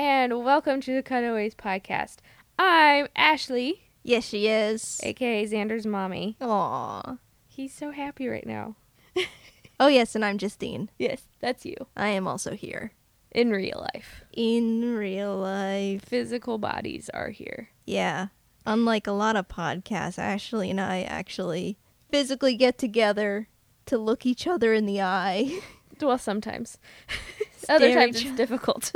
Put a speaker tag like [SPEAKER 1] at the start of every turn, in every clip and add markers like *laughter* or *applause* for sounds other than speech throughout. [SPEAKER 1] welcome to the Cutaways Podcast. I'm Ashley,
[SPEAKER 2] Yes, she is.
[SPEAKER 1] aka Xander's mommy.
[SPEAKER 2] Aww.
[SPEAKER 1] He's so happy right now.
[SPEAKER 2] Oh, yes, and I'm Justine.
[SPEAKER 1] Yes, that's you.
[SPEAKER 2] I am also here.
[SPEAKER 1] In real life,
[SPEAKER 2] In real life.
[SPEAKER 1] physical bodies are here.
[SPEAKER 2] Yeah. Unlike a lot of podcasts, Ashley and I actually physically get together to look each other in the eye, *laughs*
[SPEAKER 1] Well, sometimes. *laughs* Other
[SPEAKER 2] Stare
[SPEAKER 1] times
[SPEAKER 2] each
[SPEAKER 1] it's
[SPEAKER 2] oth-
[SPEAKER 1] difficult.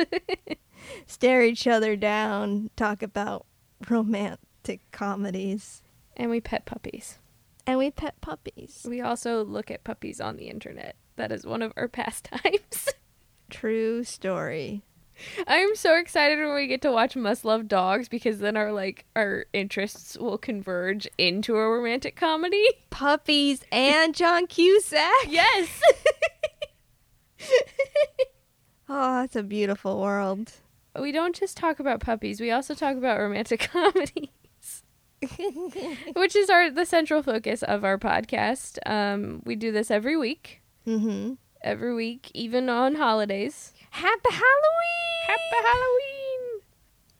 [SPEAKER 1] *laughs*
[SPEAKER 2] stare each other down, talk about romantic comedies.
[SPEAKER 1] and we pet puppies.
[SPEAKER 2] And we pet puppies.
[SPEAKER 1] We also look at puppies on the internet. That is one of our pastimes. *laughs*
[SPEAKER 2] True story.
[SPEAKER 1] I'm so excited when we get to watch Must Love Dogs because then our like our interests will converge into a romantic comedy. *laughs*
[SPEAKER 2] Puppies and John Cusack.
[SPEAKER 1] Yes.
[SPEAKER 2] *laughs* Oh, it's a beautiful world.
[SPEAKER 1] we don't just talk about puppies, we also talk about romantic *laughs* comedy. Which is our the central focus of our podcast. Um, we do this every week,
[SPEAKER 2] mm-hmm.
[SPEAKER 1] every week, even on holidays.
[SPEAKER 2] Happy Halloween!
[SPEAKER 1] Happy Halloween!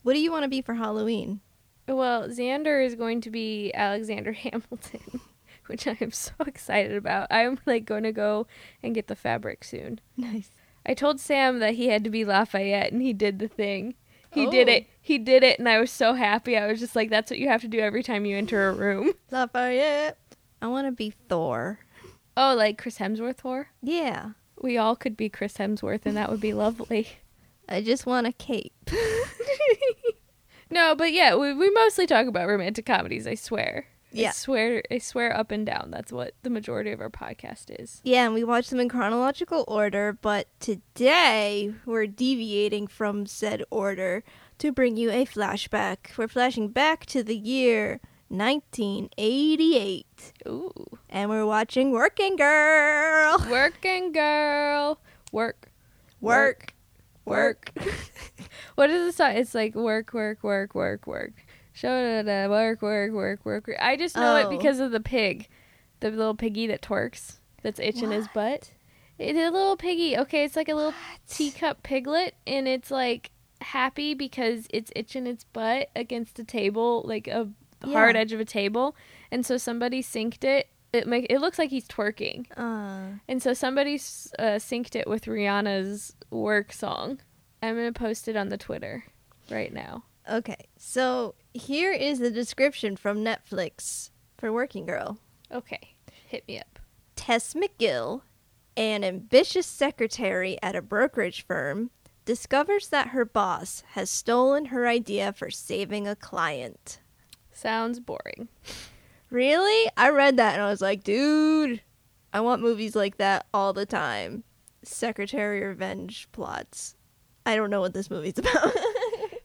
[SPEAKER 2] What do you want to be for Halloween?
[SPEAKER 1] Well, Xander is going to be Alexander *laughs* Hamilton, which I am so excited about. I'm like going to go and get the fabric soon.
[SPEAKER 2] Nice.
[SPEAKER 1] I told Sam that he had to be Lafayette, and he did the thing. He did
[SPEAKER 2] Oh.
[SPEAKER 1] it. He did it, and I was so happy. I was just like, "That's what you have to do every time you enter a room."
[SPEAKER 2] Lafayette. I want to be Thor.
[SPEAKER 1] *laughs* Oh, like Chris Hemsworth or
[SPEAKER 2] Yeah.
[SPEAKER 1] we all could be Chris Hemsworth, and that would be *laughs* lovely.
[SPEAKER 2] I just want a cape.
[SPEAKER 1] no, but yeah, we we mostly talk about romantic comedies. I swear. I
[SPEAKER 2] Yeah.
[SPEAKER 1] swear. I swear up and down. That's what the majority of our podcast is.
[SPEAKER 2] *laughs* Yeah, and we watch them in chronological order, but today we're deviating from said order to bring you a flashback. We're flashing back to the year 1988,
[SPEAKER 1] Ooh.
[SPEAKER 2] and we're watching Working Girl.
[SPEAKER 1] Working girl. Work.
[SPEAKER 2] Work.
[SPEAKER 1] Work. *laughs* What is the song? It's like work, work, work, work, work. Show da da work, work, work, work. work. I just know
[SPEAKER 2] Oh.
[SPEAKER 1] it because of the pig. The little piggy that twerks. That's itching his butt. It's a little piggy. Okay, it's like a little teacup piglet and it's like happy because it's itching its butt against a table, like a
[SPEAKER 2] Yeah.
[SPEAKER 1] hard edge of a table. And so somebody synced it. It make it looks like he's twerking.
[SPEAKER 2] Uh,
[SPEAKER 1] And so somebody s- uh, synced it with Rihanna's work song. I'm going to post it on the Twitter right now.
[SPEAKER 2] Uh. okay, so here is the description from Netflix for Working Girl.
[SPEAKER 1] Okay. Hit me up.
[SPEAKER 2] Tess McGill, an ambitious secretary at a brokerage firm, discovers that her boss has stolen her idea for saving a client.
[SPEAKER 1] Sounds boring.
[SPEAKER 2] Really? I read that and I was like, dude, I want movies like that all the time. Secretary revenge plots. I don't know what this movie's *laughs* about.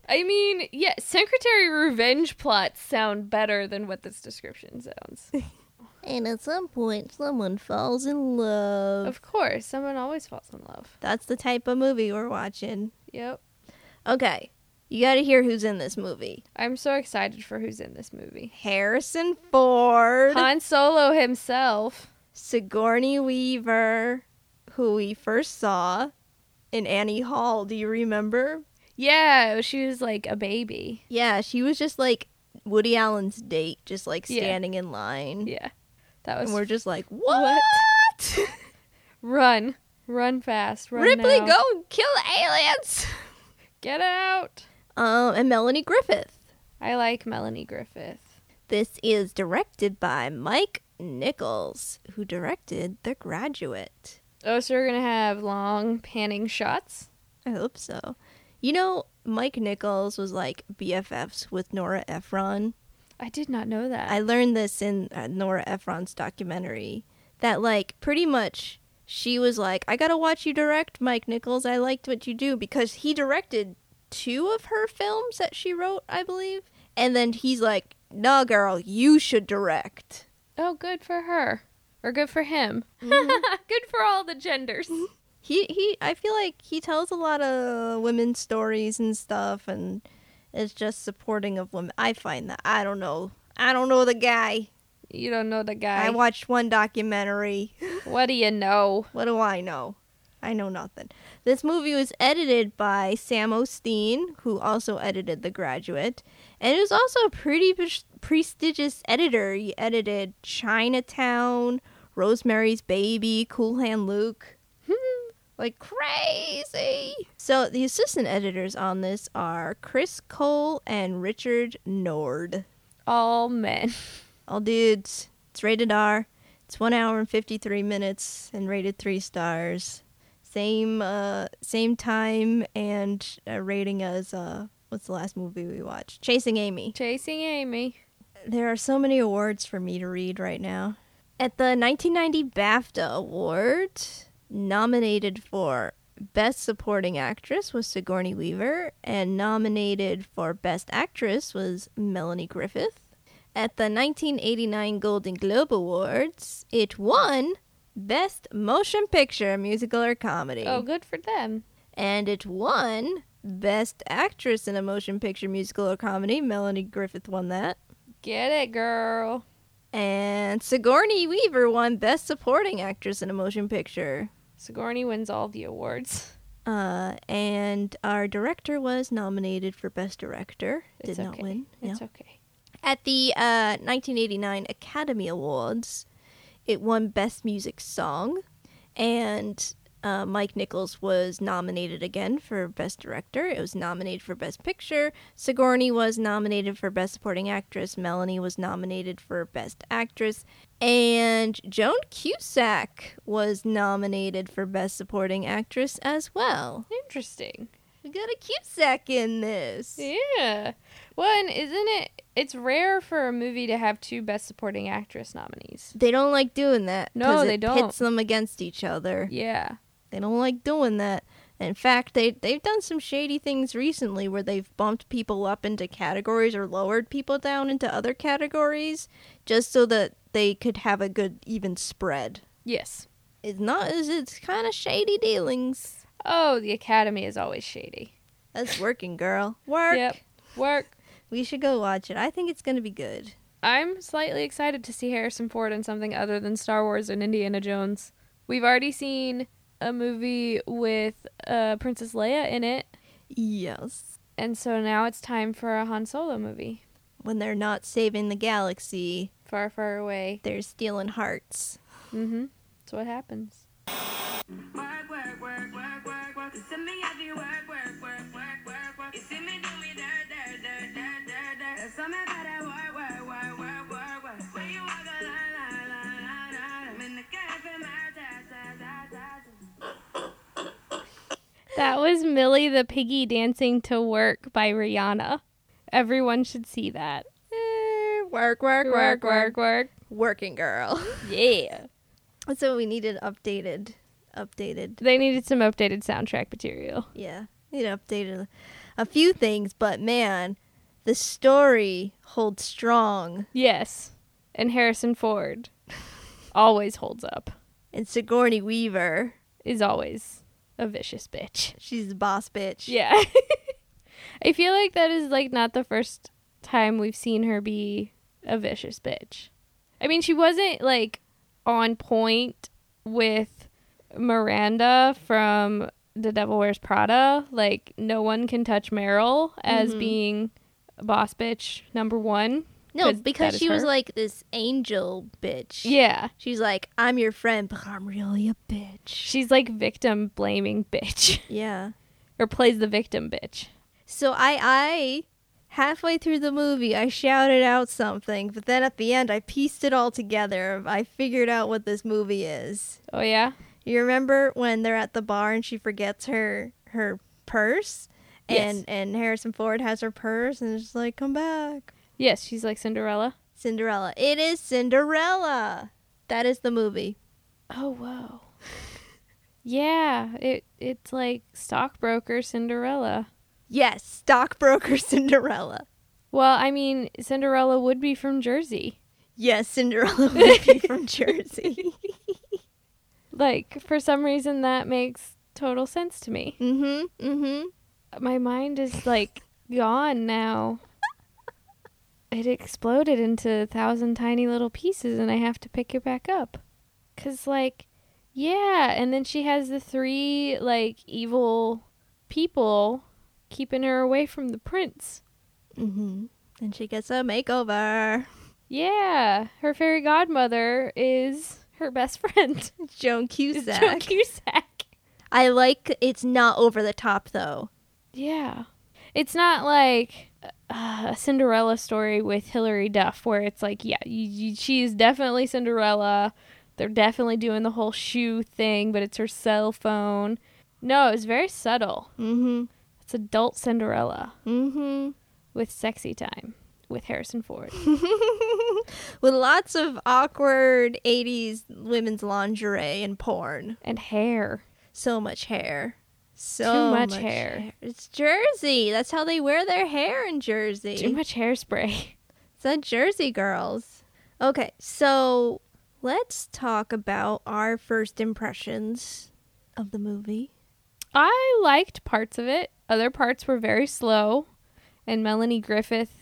[SPEAKER 1] I mean, yeah, secretary revenge plots sound better than what this description
[SPEAKER 2] *laughs*
[SPEAKER 1] sounds.
[SPEAKER 2] and at some point, someone falls in love.
[SPEAKER 1] of course, someone always falls in love.
[SPEAKER 2] That's the type of movie we're watching.
[SPEAKER 1] Yep.
[SPEAKER 2] Okay, you gotta hear who's in this movie.
[SPEAKER 1] I'm so excited for who's in this movie.
[SPEAKER 2] Harrison Ford,
[SPEAKER 1] Han Solo himself.
[SPEAKER 2] Sigourney Weaver, who we first saw in Annie Hall. Do you remember?
[SPEAKER 1] Yeah, she was like a baby.
[SPEAKER 2] Yeah, she was just like Woody Allen's date, just like
[SPEAKER 1] Yeah.
[SPEAKER 2] standing in line.
[SPEAKER 1] Yeah. That was
[SPEAKER 2] Mm. And we're just like,
[SPEAKER 1] What?
[SPEAKER 2] what? *laughs*
[SPEAKER 1] run. Run fast. Run
[SPEAKER 2] Ripley,
[SPEAKER 1] now.
[SPEAKER 2] go kill aliens! *laughs*
[SPEAKER 1] Get out.
[SPEAKER 2] Um, and Melanie Griffith.
[SPEAKER 1] I like Melanie Griffith.
[SPEAKER 2] This is directed by Mike Nichols, who directed The Graduate.
[SPEAKER 1] Oh, so we're gonna have long panning shots.
[SPEAKER 2] I hope so. You know, Mike Nichols was like BFFs with Nora Ephron.
[SPEAKER 1] I did not know that.
[SPEAKER 2] I learned this in uh, Nora Ephron's documentary that like pretty much she was like, I gotta watch you direct, Mike Nichols. I liked what you do because he directed two of her films that she wrote, I believe. And then he's like, Nah, girl, you should direct.
[SPEAKER 1] oh, good for her, or good for him. *laughs* good for all the genders.
[SPEAKER 2] He he. I feel like he tells a lot of women's stories and stuff, and is just supporting of women. I find that I don't know. I don't know the guy.
[SPEAKER 1] you don't know the guy.
[SPEAKER 2] I watched one documentary. *laughs*
[SPEAKER 1] what do you know? *laughs*
[SPEAKER 2] What do I know? I know nothing. This movie was edited by Sam Osteen, who also edited The Graduate, and he was also a pretty pres- prestigious editor. He edited Chinatown, Rosemary's Baby, Cool Hand Luke. like crazy. So the assistant editors on this are Chris Cole and Richard Nord.
[SPEAKER 1] All men.
[SPEAKER 2] All dudes. It's rated R. It's one hour and fifty three minutes and rated three stars. Same uh same time and uh, rating as uh what's the last movie we watched? Chasing Amy.
[SPEAKER 1] Chasing Amy.
[SPEAKER 2] There are so many awards for me to read right now. At the 1990 BAFTA Award, nominated for Best Supporting Actress was Sigourney Weaver, and nominated for Best Actress was Melanie Griffith. At the 1989 Golden Globe Awards, it won Best Motion Picture, Musical or Comedy.
[SPEAKER 1] Oh, good for them.
[SPEAKER 2] And it won Best Actress in a Motion Picture, Musical or Comedy. Melanie Griffith won that.
[SPEAKER 1] Get it, girl.
[SPEAKER 2] And Sigourney Weaver won Best Supporting Actress in a Motion Picture.
[SPEAKER 1] Sigourney wins all the awards.
[SPEAKER 2] Uh, and our director was nominated for Best Director. Did
[SPEAKER 1] It's
[SPEAKER 2] not
[SPEAKER 1] okay.
[SPEAKER 2] win.
[SPEAKER 1] It's
[SPEAKER 2] No.
[SPEAKER 1] okay.
[SPEAKER 2] At the uh, 1989 Academy Awards, it won Best Music Song. And uh, Mike Nichols was nominated again for Best Director. It was nominated for Best Picture. Sigourney was nominated for Best Supporting Actress. Melanie was nominated for Best Actress. And Joan Cusack was nominated for Best Supporting Actress as well.
[SPEAKER 1] Interesting.
[SPEAKER 2] We got a Cusack in this.
[SPEAKER 1] Yeah. One, isn't it? It's rare for a movie to have two Best Supporting Actress nominees.
[SPEAKER 2] They don't like doing that.
[SPEAKER 1] No,
[SPEAKER 2] 'cause
[SPEAKER 1] they
[SPEAKER 2] it
[SPEAKER 1] don't.
[SPEAKER 2] Pits them against each other.
[SPEAKER 1] Yeah.
[SPEAKER 2] They don't like doing that. In fact, they they've done some shady things recently where they've bumped people up into categories or lowered people down into other categories just so that they could have a good even spread.
[SPEAKER 1] Yes.
[SPEAKER 2] It's not as it's kind of shady dealings.
[SPEAKER 1] Oh, the Academy is always shady.
[SPEAKER 2] That's working, girl. Work.
[SPEAKER 1] Yep. Work.
[SPEAKER 2] We should go watch it. I think it's going to be good.
[SPEAKER 1] I'm slightly excited to see Harrison Ford in something other than Star Wars and Indiana Jones. We've already seen a movie with uh, Princess Leia in it,
[SPEAKER 2] Yes.
[SPEAKER 1] and so now it's time for a Han Solo movie.
[SPEAKER 2] When they're not saving the galaxy,
[SPEAKER 1] Far, far away.
[SPEAKER 2] they're stealing hearts.
[SPEAKER 1] Mm-hmm. That's what happens.
[SPEAKER 3] Work, work, work, work, work, work. You see me, I do work, work, work, work, work, work. You see me do me dirt, dirt, dirt, dirt, dirt, dirt. There's something about that work, work, work, work, work, work. When you walk a line, line, line, line, line. I'm in the cafe, my da, da, da, da, da.
[SPEAKER 1] That was Millie the Piggy dancing to work by Rihanna. Everyone should see that.
[SPEAKER 2] Eh, work, work, work, work.
[SPEAKER 1] work.
[SPEAKER 2] Working, girl. *laughs*
[SPEAKER 1] Yeah.
[SPEAKER 2] That's what we needed updated. Updated.
[SPEAKER 1] They needed some updated soundtrack material.
[SPEAKER 2] Yeah. Need updated a few things, but man, the story holds strong.
[SPEAKER 1] Yes. And Harrison Ford always holds up.
[SPEAKER 2] And Sigourney Weaver,
[SPEAKER 1] is always a vicious bitch.
[SPEAKER 2] she's the boss bitch.
[SPEAKER 1] Yeah. *laughs* I feel like that is like not the first time we've seen her be a vicious bitch. I mean, she wasn't like on point with Miranda from The Devil Wears Prada. Like, no one can touch Meryl as being a boss bitch number one.
[SPEAKER 2] No,
[SPEAKER 1] 'Cause that
[SPEAKER 2] because
[SPEAKER 1] is
[SPEAKER 2] she was
[SPEAKER 1] her.
[SPEAKER 2] like this angel bitch.
[SPEAKER 1] Yeah.
[SPEAKER 2] She's like, I'm your friend, but I'm really a bitch.
[SPEAKER 1] She's like victim blaming bitch
[SPEAKER 2] Yeah.
[SPEAKER 1] or plays the victim bitch.
[SPEAKER 2] So I I halfway through the movie I shouted out something, but then at the end I pieced it all together. I figured out what this movie is.
[SPEAKER 1] Oh, yeah?
[SPEAKER 2] You remember when they're at the bar and she forgets her her purse, and
[SPEAKER 1] Yes.
[SPEAKER 2] and Harrison Ford has her purse and it's like come back,
[SPEAKER 1] Yes, she's like Cinderella.
[SPEAKER 2] Cinderella. It is Cinderella. That is the movie.
[SPEAKER 1] Oh whoa. *laughs* yeah, it it's like stockbroker Cinderella.
[SPEAKER 2] Yes, stockbroker *laughs* Cinderella.
[SPEAKER 1] Well, I mean, Cinderella would be from Jersey.
[SPEAKER 2] Yes, Cinderella *laughs* would be
[SPEAKER 1] *laughs*
[SPEAKER 2] from Jersey.
[SPEAKER 1] Like for some reason that makes total sense to me.
[SPEAKER 2] mm-hmm. Mm-hmm.
[SPEAKER 1] My mind is like gone now. It exploded into a thousand tiny little pieces and I have to pick it back up. Cuz like Yeah, and then she has the three like evil people keeping her away from the prince.
[SPEAKER 2] Mm-hmm. And she gets a makeover.
[SPEAKER 1] Yeah, her fairy godmother is her best friend, *laughs*
[SPEAKER 2] Joan
[SPEAKER 1] is
[SPEAKER 2] Cusack.
[SPEAKER 1] Joan Cusack.
[SPEAKER 2] I like it's not over the top though.
[SPEAKER 1] Yeah, it's not like uh, a Cinderella story with Hilary Duff, where it's like, yeah, you, you, she's definitely Cinderella. They're definitely doing the whole shoe thing, but it's her cell phone. No, it was very subtle.
[SPEAKER 2] Mm-hmm.
[SPEAKER 1] It's adult Cinderella.
[SPEAKER 2] Mm-hmm.
[SPEAKER 1] with Sexy Time with Harrison
[SPEAKER 2] *laughs*
[SPEAKER 1] Ford.
[SPEAKER 2] With lots of awkward 80s women's lingerie and porn.
[SPEAKER 1] and hair.
[SPEAKER 2] So much hair. So
[SPEAKER 1] Too much hair.
[SPEAKER 2] It's Jersey. That's how they wear their hair in Jersey.
[SPEAKER 1] Too much hairspray.
[SPEAKER 2] It's the Jersey girls. Okay, so let's talk about our first impressions of the movie.
[SPEAKER 1] I liked parts of it. Other parts were very slow. And Melanie Griffith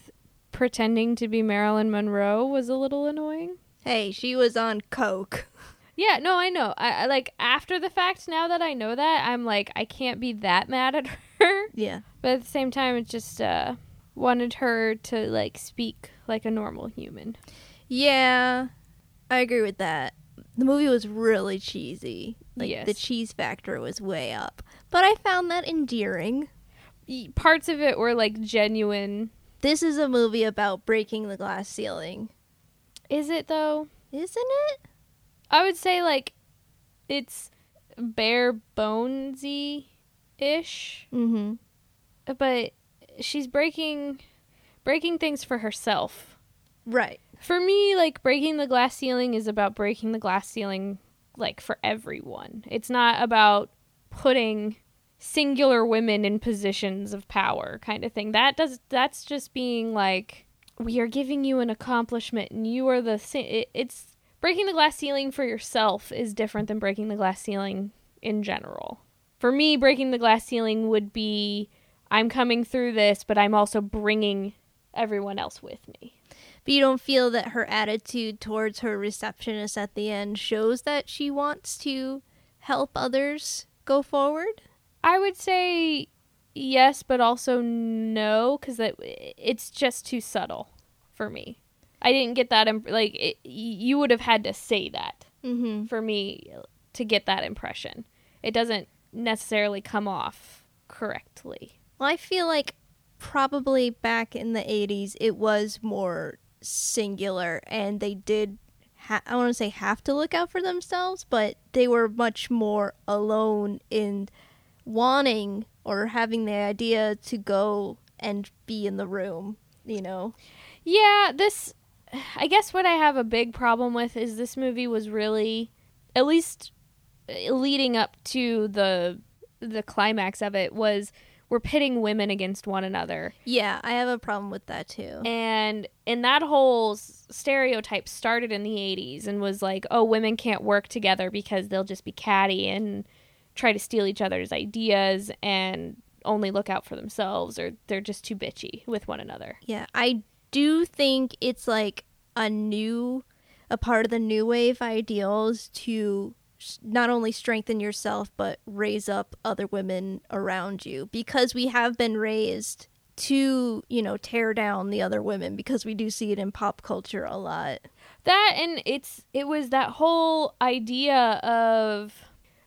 [SPEAKER 1] pretending to be Marilyn Monroe was a little annoying.
[SPEAKER 2] Hey, she was on coke.
[SPEAKER 1] Yeah, no, I know. I, I like after the fact, now that I know that, I'm like, I can't be that mad at *laughs* her.
[SPEAKER 2] Yeah.
[SPEAKER 1] But at the same time, it just uh, wanted her to like speak like a normal human.
[SPEAKER 2] Yeah, I agree with that. The movie was really cheesy. Like
[SPEAKER 1] Yes.
[SPEAKER 2] the cheese factor was way up. But I found that endearing.
[SPEAKER 1] Y- Parts of it were like genuine.
[SPEAKER 2] This is a movie about breaking the glass ceiling,
[SPEAKER 1] Is it though?
[SPEAKER 2] isn't it?
[SPEAKER 1] I would say like it's bare bonesy ish,
[SPEAKER 2] Mm-hmm.
[SPEAKER 1] but she's breaking breaking things for herself.
[SPEAKER 2] Right.
[SPEAKER 1] For me, like breaking the glass ceiling is about breaking the glass ceiling like for everyone. It's not about putting singular women in positions of power kind of thing. That does that's just being like we are giving you an accomplishment and you are the sa- it, it's breaking the glass ceiling for yourself is different than breaking the glass ceiling in general. For me, breaking the glass ceiling would be I'm coming through this, but I'm also bringing everyone else with me.
[SPEAKER 2] But you don't feel that her attitude towards her receptionist at the end shows that she wants to help others go forward?
[SPEAKER 1] I would say yes, but also no, because that it's just too subtle for me. I didn't get that. Imp- like it, you would have had to say that
[SPEAKER 2] Mm-hmm.
[SPEAKER 1] for me uh, to get that impression. It doesn't necessarily come off correctly.
[SPEAKER 2] Well, I feel like probably back in the 80s, it was more singular and they did, ha- I want to say have to look out for themselves, but they were much more alone in wanting or having the idea to go and be in the room, you know?
[SPEAKER 1] Yeah, this. I guess what I have a big problem with is this movie was really, at least uh, leading up to the the climax of it was we're pitting women against one another
[SPEAKER 2] Yeah, I have a problem with that too.
[SPEAKER 1] and and that whole s- stereotype started in the 80s and was like oh women can't work together because they'll just be catty and try to steal each other's ideas and only look out for themselves or they're just too bitchy with one another
[SPEAKER 2] Yeah, I do think it's like a new, a part of the new wave ideals to s- not only strengthen yourself but raise up other women around you because we have been raised to you know tear down the other women because we do see it in pop culture a lot
[SPEAKER 1] that and it's it was that whole idea of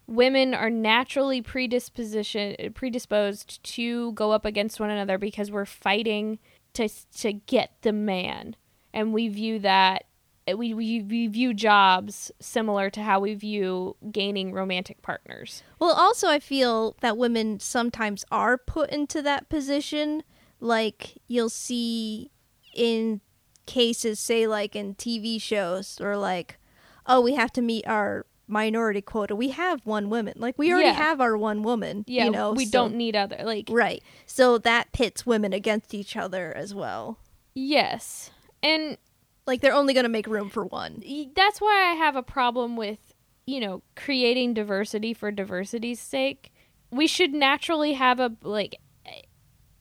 [SPEAKER 1] women are naturally predisposition predisposed to go up against one another because we're fighting to to get the man and we view that we, we, we view jobs similar to how we view gaining romantic partners
[SPEAKER 2] Well, also, I feel that women sometimes are put into that position. Like, you'll see in cases, say, like in TV shows, or like, oh, we have to meet our minority quota. We have one woman. Like, we already
[SPEAKER 1] Yeah.
[SPEAKER 2] have our one woman.
[SPEAKER 1] yeah
[SPEAKER 2] you know,
[SPEAKER 1] we
[SPEAKER 2] so-
[SPEAKER 1] don't need other like
[SPEAKER 2] Right. So that pits women against each other as well.
[SPEAKER 1] yes and
[SPEAKER 2] Like, they're only going to make room for one.
[SPEAKER 1] y- that's why I have a problem with, you know, creating diversity for diversity's sake. We should naturally have a like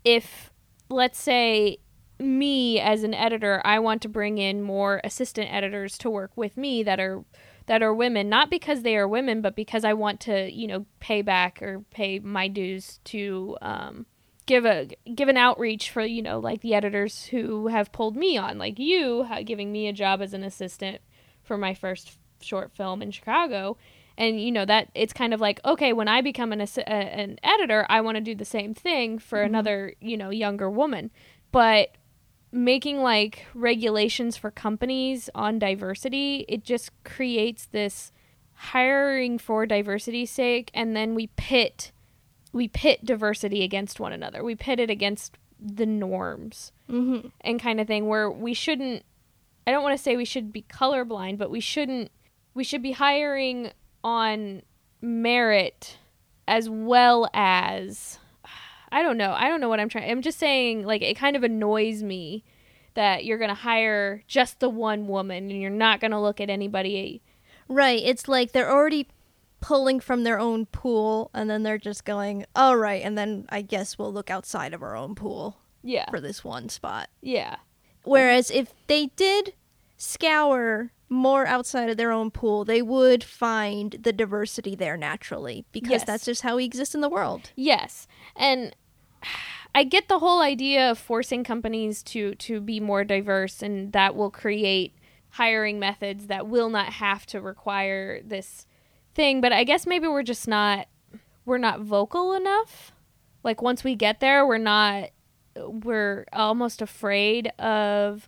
[SPEAKER 1] if let's say me as an editor, I want to bring in more assistant editors to work with me that are that are women, not because they are women, but because I want to, you know, pay back or pay my dues to um, give a give an outreach for you know like the editors who have pulled me on, like you ha- giving me a job as an assistant for my first short film in Chicago. And you know that it's kind of like okay, when I become an assi- a, an editor, I want to do the same thing for another you know younger woman, but making like regulations for companies on diversity, it just creates this hiring for diversity's sake and then we pit we pit diversity against one another. We pit it against the norms
[SPEAKER 2] Mm-hmm.
[SPEAKER 1] and kind of thing where we shouldn't I don't want to say we should be colorblind, but we shouldn't we should be hiring on merit as well as I don't know. I don't know what I'm trying. I'm just saying like it kind of annoys me that you're going to hire just the one woman and you're not going to look at anybody
[SPEAKER 2] Right. It's like they're already pulling from their own pool, and then they're just going, all right, and then I guess we'll look outside of our own pool
[SPEAKER 1] yeah.
[SPEAKER 2] for this one spot.
[SPEAKER 1] Yeah.
[SPEAKER 2] Whereas if they did scour more outside of their own pool, they would find the diversity there naturally because
[SPEAKER 1] Yes.
[SPEAKER 2] that's just how we exist in the world.
[SPEAKER 1] Yes, and I get the whole idea of forcing companies to to be more diverse, and that will create hiring methods that will not have to require this thing. But I guess maybe we're just not we're not vocal enough. Like once we get there, we're not we're almost afraid of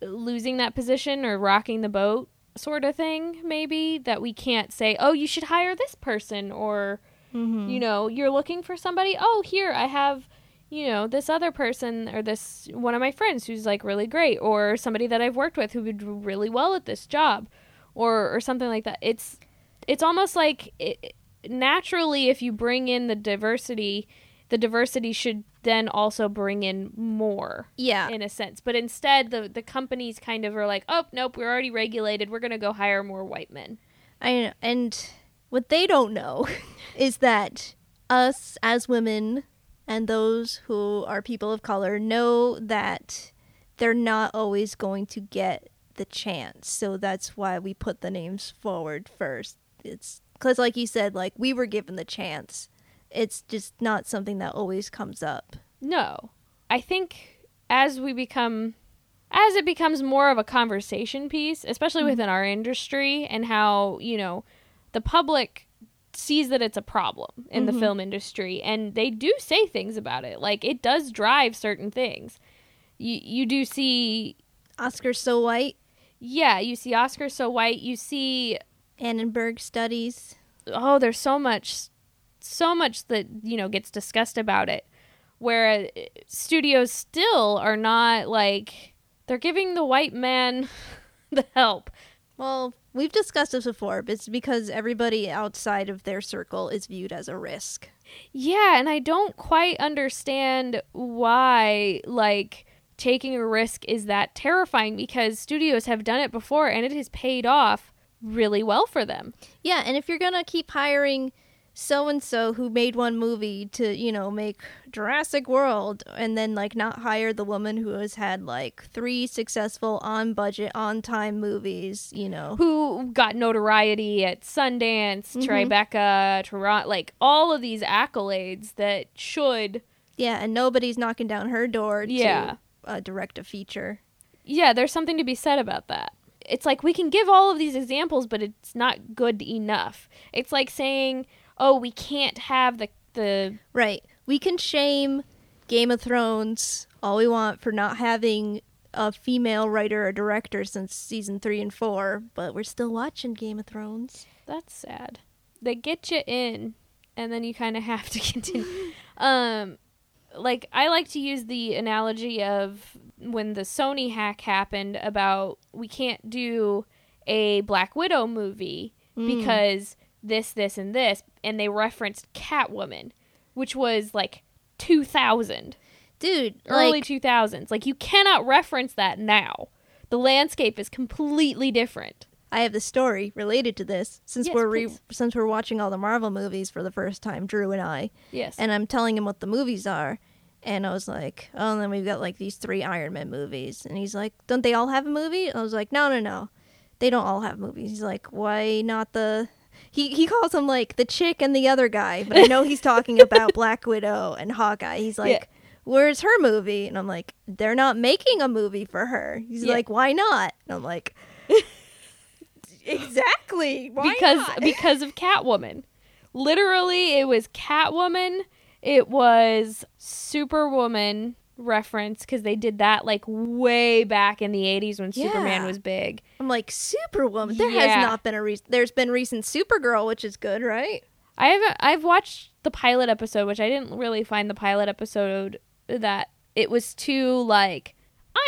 [SPEAKER 1] losing that position or rocking the boat sort of thing maybe that we can't say oh you should hire this person or
[SPEAKER 2] Mm-hmm.
[SPEAKER 1] you know you're looking for somebody oh here i have you know this other person or this one of my friends who's like really great or somebody that i've worked with who would do really well at this job or or something like that it's it's almost like it, naturally if you bring in the diversity the diversity should then also bring in more
[SPEAKER 2] Yeah.
[SPEAKER 1] in a sense but instead the the companies kind of are like oh nope we're already regulated we're going to go hire more white men
[SPEAKER 2] I know. And what they don't know *laughs* is that us as women and those who are people of color know that they're not always going to get the chance. So that's why we put the names forward first. It's because, like you said, like we were given the chance. It's just not something that always comes up.
[SPEAKER 1] No. I think as we become as it becomes more of a conversation piece, especially within our industry and how, you know, the public sees that it's a problem in the film industry and they do say things about it. Like it does drive certain things. You you do see
[SPEAKER 2] Oscar So White,
[SPEAKER 1] yeah, you see Oscar so white, you see
[SPEAKER 2] Annenberg Studies.
[SPEAKER 1] oh there's so much so much that you know gets discussed about it where uh, studios still are not like they're giving the white man *laughs* the help
[SPEAKER 2] Well, we've discussed this before, but it's because everybody outside of their circle is viewed as a risk.
[SPEAKER 1] yeah and i don't quite understand why like taking a risk is that terrifying because studios have done it before and it has paid off really well for them
[SPEAKER 2] Yeah, and if you're gonna keep hiring so and so who made one movie to, you know, make Jurassic World and then like not hire the woman who has had like three successful on budget, on time movies, you know.
[SPEAKER 1] who got notoriety at Sundance,
[SPEAKER 2] Mhm.
[SPEAKER 1] Tribeca, Toronto, like all of these accolades that should.
[SPEAKER 2] Yeah, and nobody's knocking down her door to
[SPEAKER 1] Yeah.
[SPEAKER 2] uh, direct a feature.
[SPEAKER 1] Yeah, there's something to be said about that. It's like we can give all of these examples, but it's not good enough. It's like saying, "Oh, we can't have the the
[SPEAKER 2] Right. We can shame Game of Thrones all we want for not having a female writer or director since season three and four, but we're still watching Game of Thrones.
[SPEAKER 1] That's sad. They get you in, and then you kind of *laughs* have to continue. um, like I like to use the analogy of when the Sony hack happened about we can't do a Black Widow movie because this, this, and this, and they referenced Catwoman, which was like two thousand
[SPEAKER 2] Dude,
[SPEAKER 1] early
[SPEAKER 2] like,
[SPEAKER 1] two thousands. Like you cannot reference that now. The landscape is completely different.
[SPEAKER 2] I have the story related to this since
[SPEAKER 1] Yes,
[SPEAKER 2] we're re-
[SPEAKER 1] please.
[SPEAKER 2] since we're watching all the Marvel movies for the first time, Drew and I,
[SPEAKER 1] Yes.
[SPEAKER 2] and I'm telling him what the movies are, and I was like, oh, and then we've got like these three Iron Man movies, and he's like, don't they all have a movie? I was like, no, no, no, they don't all have movies. He's like, why not the? He he calls him like the chick and the other guy, but I know
[SPEAKER 1] *laughs*
[SPEAKER 2] he's talking about Black Widow and Hawkeye. He's like,
[SPEAKER 1] Yeah.
[SPEAKER 2] where's her movie? And I'm like, they're not making a movie for her. He's
[SPEAKER 1] Yeah.
[SPEAKER 2] like, why not? And
[SPEAKER 1] *laughs*
[SPEAKER 2] I'm like, exactly. Why
[SPEAKER 1] because
[SPEAKER 2] not?
[SPEAKER 1] because of Catwoman. Literally, it was Catwoman. It was Superwoman reference because they did that like way back in the '80s when Superman
[SPEAKER 2] Yeah.
[SPEAKER 1] was big.
[SPEAKER 2] I'm like Superwoman. There
[SPEAKER 1] Yeah.
[SPEAKER 2] has not been a re- there's been recent Supergirl, which is good, right?
[SPEAKER 1] I have I've watched the pilot episode, which I didn't really find the pilot episode that it was too like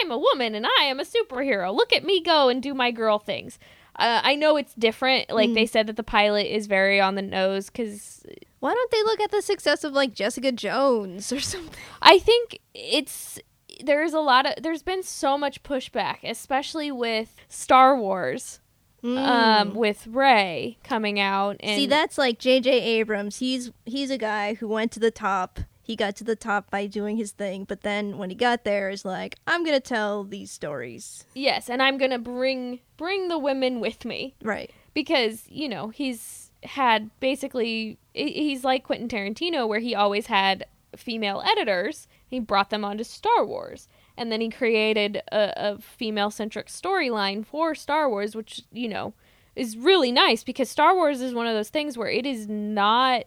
[SPEAKER 1] I'm a woman and I am a superhero. Look at me go and do my girl things. Uh, I know it's different.
[SPEAKER 2] Mm.
[SPEAKER 1] Like they said that the pilot is very on the nose because
[SPEAKER 2] Why don't they look at the success of like Jessica Jones *laughs* or something?
[SPEAKER 1] I think it's there's a lot of there's been so much pushback, especially with Star Wars, um, with Ray coming out. And
[SPEAKER 2] Mm. Hmm. See, that's like J.J. Abrams. He's he's a guy who went to the top. He got to the top by doing his thing, but then when he got there, is like, I'm gonna tell these stories,
[SPEAKER 1] yes, and I'm gonna bring bring the women with me.
[SPEAKER 2] right?
[SPEAKER 1] because you know he's had basically he- he's like Quentin Tarantino where he always had female editors he brought them onto Star Wars and then he created a, a female centric storyline for Star Wars which you know is really nice because Star Wars is one of those things where it is not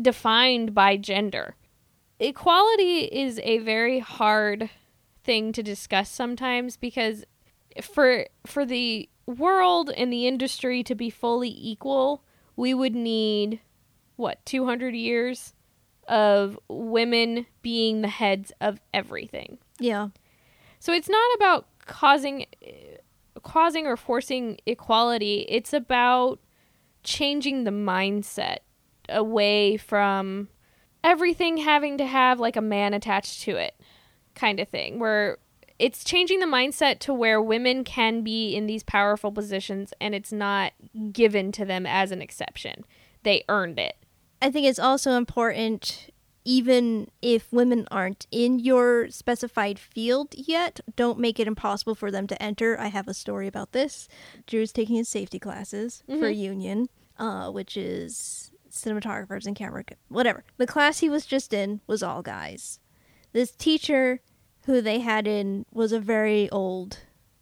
[SPEAKER 1] defined by gender equality is a very hard thing to discuss sometimes because for for the world and the industry to be fully equal, we would need what 200 years of women being the heads of everything.
[SPEAKER 2] Yeah,
[SPEAKER 1] So it's not about causing causing or forcing equality. It's about changing the mindset away from everything having to have like a man attached to it kind of thing where it's changing the mindset to where women can be in these powerful positions and it's not given to them as an exception. They earned it.
[SPEAKER 2] I think it's also important, even if women aren't in your specified field yet, don't make it impossible for them to enter. I have a story about this. Drew's taking his safety classes for Union, uh, which is cinematographers and camera, whatever. The class he was just in was all guys. This teacher who they had in was a very old,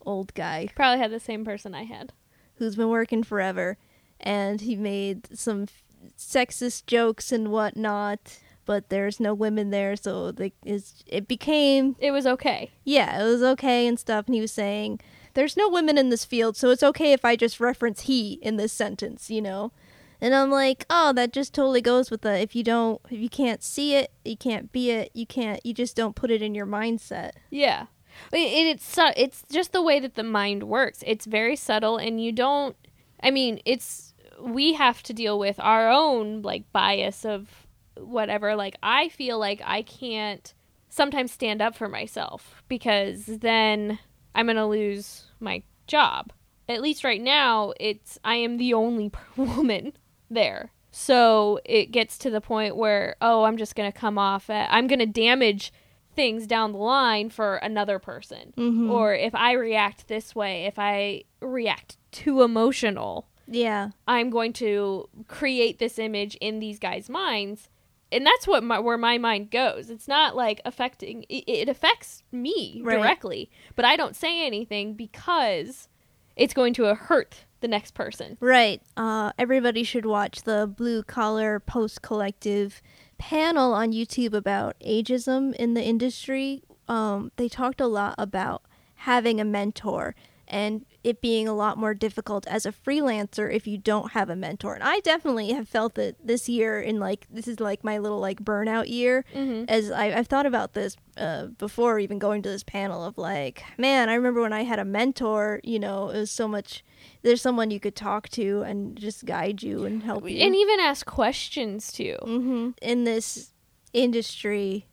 [SPEAKER 2] old guy
[SPEAKER 1] Probably had the same person I had.
[SPEAKER 2] who's been working forever, and he made some f- sexist jokes and whatnot. But there's no women there, so the, it's, it became
[SPEAKER 1] It was okay.
[SPEAKER 2] yeah, it was okay and stuff. And he was saying there's no women in this field, so it's okay if I just reference he in this sentence, you know. And I'm like, oh, that just totally goes with the if you don't, if you can't see it, you can't be it, you can't, you just don't put it in your mindset.
[SPEAKER 1] Yeah. It, it, it's su- it's just the way that the mind works. It's very subtle and you don't I mean, it's we have to deal with our own like bias of whatever like I feel like I can't sometimes stand up for myself because then I'm going to lose my job. At least right now, it's I am the only *laughs* woman there. So it gets to the point where oh, I'm just going to come off at, I'm going to damage things down the line for another person.
[SPEAKER 2] Mhm.
[SPEAKER 1] Or if I react this way, if I react too emotional,
[SPEAKER 2] Yeah,
[SPEAKER 1] I'm going to create this image in these guys' minds. And that's what my, where my mind goes. It's not like affecting it, it affects me
[SPEAKER 2] Right.
[SPEAKER 1] directly, but I don't say anything because it's going to hurt the next person.
[SPEAKER 2] Right. Uh, everybody should watch the Blue Collar Post Collective panel on YouTube about ageism in the industry. Um, they talked a lot about having a mentor and it being a lot more difficult as a freelancer if you don't have a mentor. And I definitely have felt it this year in like this is like my little like burnout year
[SPEAKER 1] Mhm.
[SPEAKER 2] as I, I've thought about this uh, before even going to this panel of like, man, I remember when I had a mentor, you know, it was so much, there's someone you could talk to and just guide you and help you.
[SPEAKER 1] And even ask questions too.
[SPEAKER 2] hmm In this industry,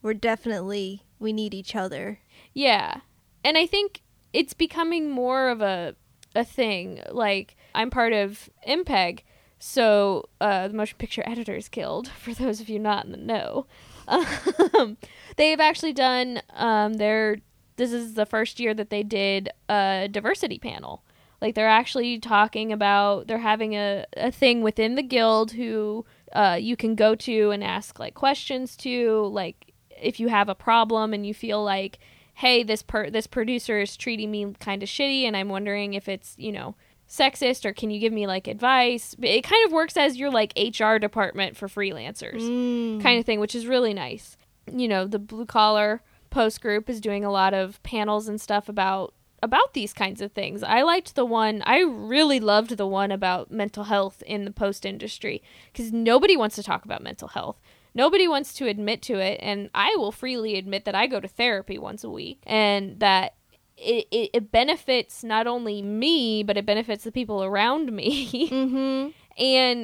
[SPEAKER 2] we're definitely, we need each other.
[SPEAKER 1] Yeah. And I think it's becoming more of a a thing. Like I'm part of MPEG, so uh, the Motion Picture Editors Guild. *laughs* For those of you not in the know, um, *laughs* they've actually done um, their. This is the first year that they did a diversity panel Like they're actually talking about they're having a, a thing within the guild who uh, you can go to and ask like questions to, like if you have a problem and you feel like, hey, this per- this producer is treating me kind of shitty, and I'm wondering if it's you know sexist or can you give me like advice? But It kind of works as your like HR department for freelancers
[SPEAKER 2] Mm.
[SPEAKER 1] kind of thing, which is really nice. You know, the blue collar post group is doing a lot of panels and stuff about about these kinds of things. I liked the one I really loved the one about mental health in the post industry cuz nobody wants to talk about mental health. Nobody wants to admit to it and I will freely admit that I go to therapy once a week and that it, it, it benefits not only me but it benefits the people around me *laughs*
[SPEAKER 2] Mm-hmm.
[SPEAKER 1] and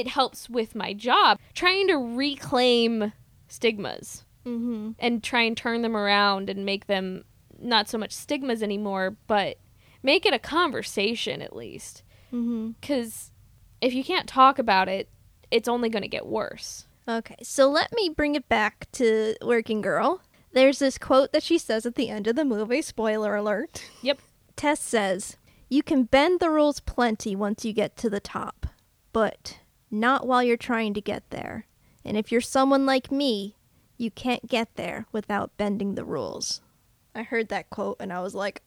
[SPEAKER 1] it helps with my job trying to reclaim stigmas
[SPEAKER 2] Mm-hmm.
[SPEAKER 1] and try and turn them around and make them not so much stigmas anymore but make it a conversation at least
[SPEAKER 2] Mm-hmm.
[SPEAKER 1] because if you can't talk about it it's only going to get worse
[SPEAKER 2] Okay, so let me bring it back to Working Girl. There's this quote that she says at the end of the movie, spoiler alert.
[SPEAKER 1] Yep.
[SPEAKER 2] Tess says, You can bend the rules plenty once you get to the top, but not while you're trying to get there. And if you're someone like me, you can't get there without bending the rules. I heard that quote and I was like,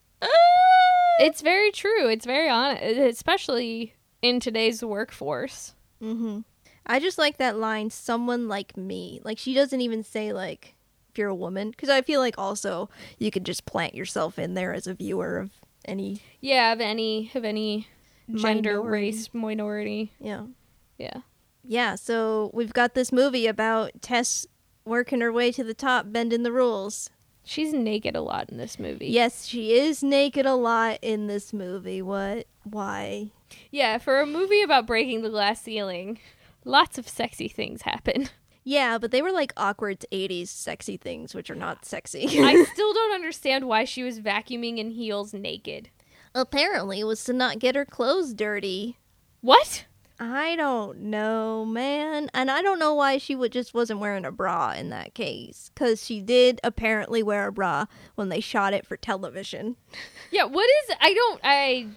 [SPEAKER 1] it's very true it's very honest especially in today's workforce
[SPEAKER 2] Mm-hmm. I just like that line, someone like me. Like, she doesn't even say, like, if you're a woman. Because I feel like also you could just plant yourself in there as a viewer of any,
[SPEAKER 1] yeah of any of any gender
[SPEAKER 2] Minority.
[SPEAKER 1] race minority
[SPEAKER 2] you know.
[SPEAKER 1] yeah
[SPEAKER 2] Yeah, so we've got this movie about Tess working her way to the top, bending the rules.
[SPEAKER 1] she's naked a lot in this movie
[SPEAKER 2] Yes, she is naked a lot in this movie. What? Why?
[SPEAKER 1] Yeah, for a movie about breaking the glass ceiling, lots of sexy things happen.
[SPEAKER 2] Yeah, but they were like awkward 80s sexy things, which are not sexy. *laughs*
[SPEAKER 1] I still don't understand why she was vacuuming in heels naked.
[SPEAKER 2] Apparently, it was to not get her clothes dirty.
[SPEAKER 1] What?
[SPEAKER 2] I don't know, man. And I don't know why she would just wasn't wearing a bra in that case cuz she did apparently wear a bra when they shot it for television.
[SPEAKER 1] Yeah, what is I don't I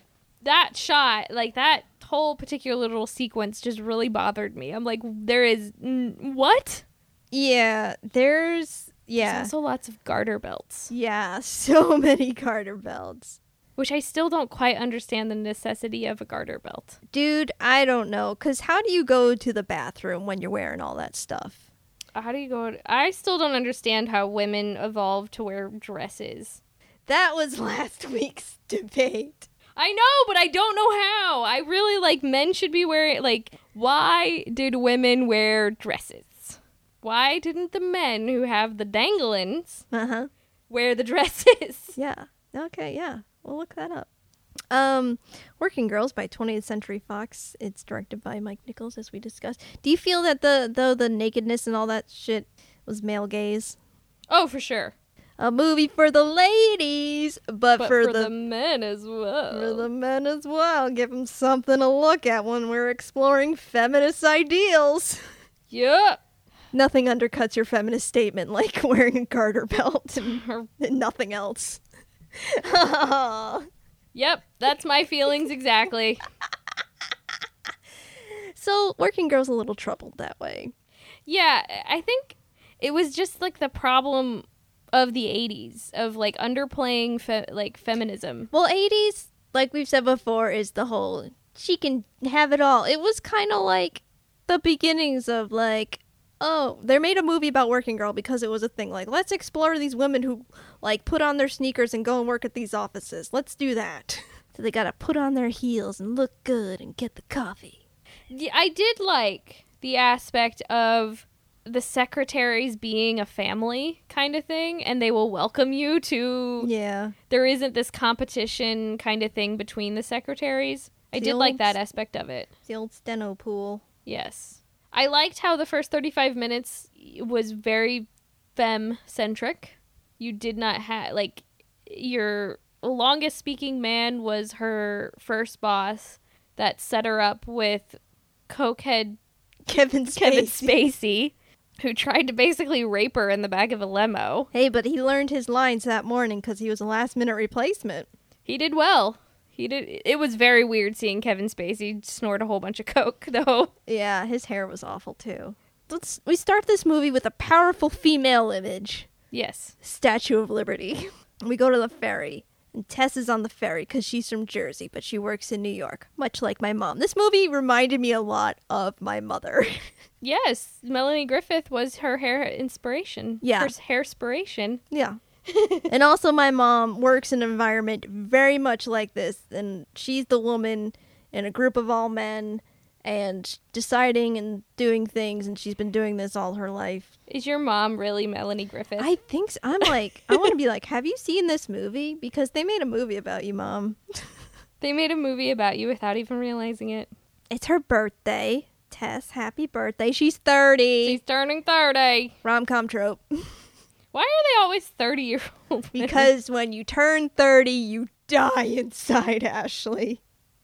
[SPEAKER 1] that shot, like that whole particular little sequence just really bothered me. I'm like there is n- what?
[SPEAKER 2] Yeah, there's
[SPEAKER 1] There's also lots of garter belts,
[SPEAKER 2] yeah, *laughs* so many garter belts.
[SPEAKER 1] which I still don't quite understand the necessity of a garter belt.
[SPEAKER 2] Dude, I don't know cuz how do you go to the bathroom when you're wearing all that stuff?
[SPEAKER 1] How do you go I still don't understand how women evolved to wear dresses.
[SPEAKER 2] That was *laughs* last week's debate.
[SPEAKER 1] I know, but I don't know how. I really like men should be wearing like why did women wear dresses? Why didn't the men who have the danglings
[SPEAKER 2] Uh-huh.
[SPEAKER 1] wear the *laughs* dresses?
[SPEAKER 2] Yeah. Okay, yeah. We'll look that up. Um, Working Girls by 20th Century Fox. It's directed by Mike Nichols, as we discussed. Do you feel that the though the nakedness and all that shit was male gaze?
[SPEAKER 1] Oh, for sure.
[SPEAKER 2] A movie for the ladies, but,
[SPEAKER 1] But
[SPEAKER 2] for,
[SPEAKER 1] for,
[SPEAKER 2] the,
[SPEAKER 1] the men as well.
[SPEAKER 2] for the men as well. Give them something to look at when we're exploring feminist ideals.
[SPEAKER 1] yeah.
[SPEAKER 2] Nothing undercuts your feminist statement like *laughs* wearing a garter *laughs* belt and, and nothing else. *laughs*
[SPEAKER 1] Yep, that's my feelings exactly.
[SPEAKER 2] so, Working Girls a little troubled that way.
[SPEAKER 1] Yeah, I think it was just like the problem of the 80s of like underplaying fe- like feminism.
[SPEAKER 2] Well, 80s, like we've said before, is the whole she can have it all. It was kind of like the beginnings of like, oh, they made a movie about Working Girl because it was a thing. Like, let's explore these women who like put on their sneakers and go and work at these offices. Let's do that. *laughs* So they gotta put on their heels and look good and get the coffee.
[SPEAKER 1] Yeah, I did like the aspect of the secretaries being a family kind of thing, and they will welcome you to.
[SPEAKER 2] Yeah.
[SPEAKER 1] There isn't this competition kind of thing between the secretaries. I did like that aspect of it.
[SPEAKER 2] The old steno pool.
[SPEAKER 1] Yes. I liked how the first 35 minutes was very femme centric. You did not have, like, your longest speaking man was her first boss that set her up with cokehead
[SPEAKER 2] Kevin Spacey.
[SPEAKER 1] Kevin Spacey, who tried to basically rape her in the back of a limo.
[SPEAKER 2] Hey, but he learned his lines that morning because he was a last minute replacement.
[SPEAKER 1] He did well. He He did. It was very weird seeing Kevin Spacey snort a whole bunch of coke, *laughs* though.
[SPEAKER 2] Yeah, his hair was awful too. Let's we start this movie with a powerful female image.
[SPEAKER 1] Yes.
[SPEAKER 2] Statue of Liberty. We go to the ferry, and Tess is on the ferry because she's from Jersey, but she works in New York, much like my mom. This movie reminded me a lot of my mother. *laughs*
[SPEAKER 1] Yes. Melanie Griffith was her hair inspiration.
[SPEAKER 2] Yeah.
[SPEAKER 1] Her hair inspiration.
[SPEAKER 2] yeah. and also, my mom works in an environment very much like this, and she's the woman in a group of all men and deciding and doing things, and she's been doing this all her life.
[SPEAKER 1] Is your mom really Melanie Griffith?
[SPEAKER 2] I think so. I'm like, I want to be like, have you seen this movie? Because they made a movie about you, mom.
[SPEAKER 1] they made a movie about you without even realizing it.
[SPEAKER 2] It's her birthday. Tess, happy birthday. She's 30.
[SPEAKER 1] She's turning 30.
[SPEAKER 2] Rom com trope.
[SPEAKER 1] Why are they always 30 year *laughs* old? women?
[SPEAKER 2] Because when you turn 30, you die inside, Ashley.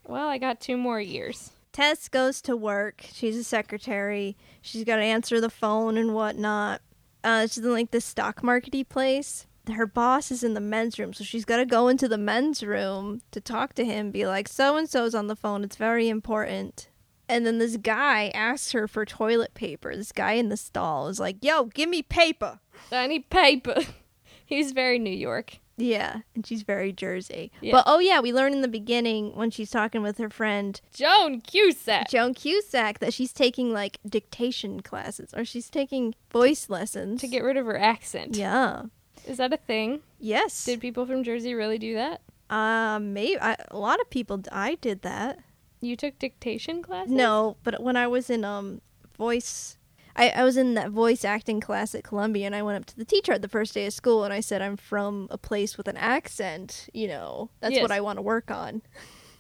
[SPEAKER 1] Well, I got two more years.
[SPEAKER 2] Tess goes to work. She's a secretary. She's got to answer the phone and whatnot. Uh, she's in like this stock markety place. Her boss is in the men's room, so she's got to go into the men's room to talk to him. Be like, so and so's on the phone. It's very important. And then this guy asks her for toilet paper. This guy in the stall is like, yo, give me paper.
[SPEAKER 1] I need paper. *laughs* He's very New York.
[SPEAKER 2] Yeah, and she's very Jersey.
[SPEAKER 1] Yeah.
[SPEAKER 2] But oh yeah, we learn in the beginning when she's talking with her friend
[SPEAKER 1] Joan Cusack.
[SPEAKER 2] Joan Cusack that she's taking like dictation classes or she's taking voice lessons
[SPEAKER 1] To get rid of her accent.
[SPEAKER 2] Yeah.
[SPEAKER 1] Is that a thing?
[SPEAKER 2] Yes.
[SPEAKER 1] Did people from Jersey really do that?
[SPEAKER 2] uh, maybe I, a lot of people d- I did that.
[SPEAKER 1] You took dictation classes?
[SPEAKER 2] No, but when I was in um voice, I, I was in that voice acting class at Columbia, and I went up to the teacher at the first day of school, and I said I'm from a place with an accent. You know, that's
[SPEAKER 1] Yes.
[SPEAKER 2] what I want to work on.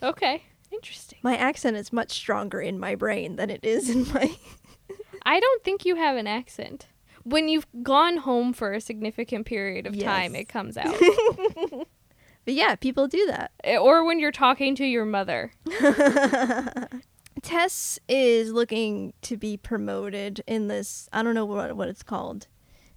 [SPEAKER 1] Okay. Interesting.
[SPEAKER 2] My accent is much stronger in my brain than it is in my. *laughs*
[SPEAKER 1] I don't think you have an accent. When you've gone home for a significant period of
[SPEAKER 2] Yes.
[SPEAKER 1] time, it comes
[SPEAKER 2] *laughs*
[SPEAKER 1] out. Eh,
[SPEAKER 2] But yeah, people do that.
[SPEAKER 1] or when you're talking to your mother.
[SPEAKER 2] *laughs* Tess is looking to be promoted in this. I don't know what what it's called.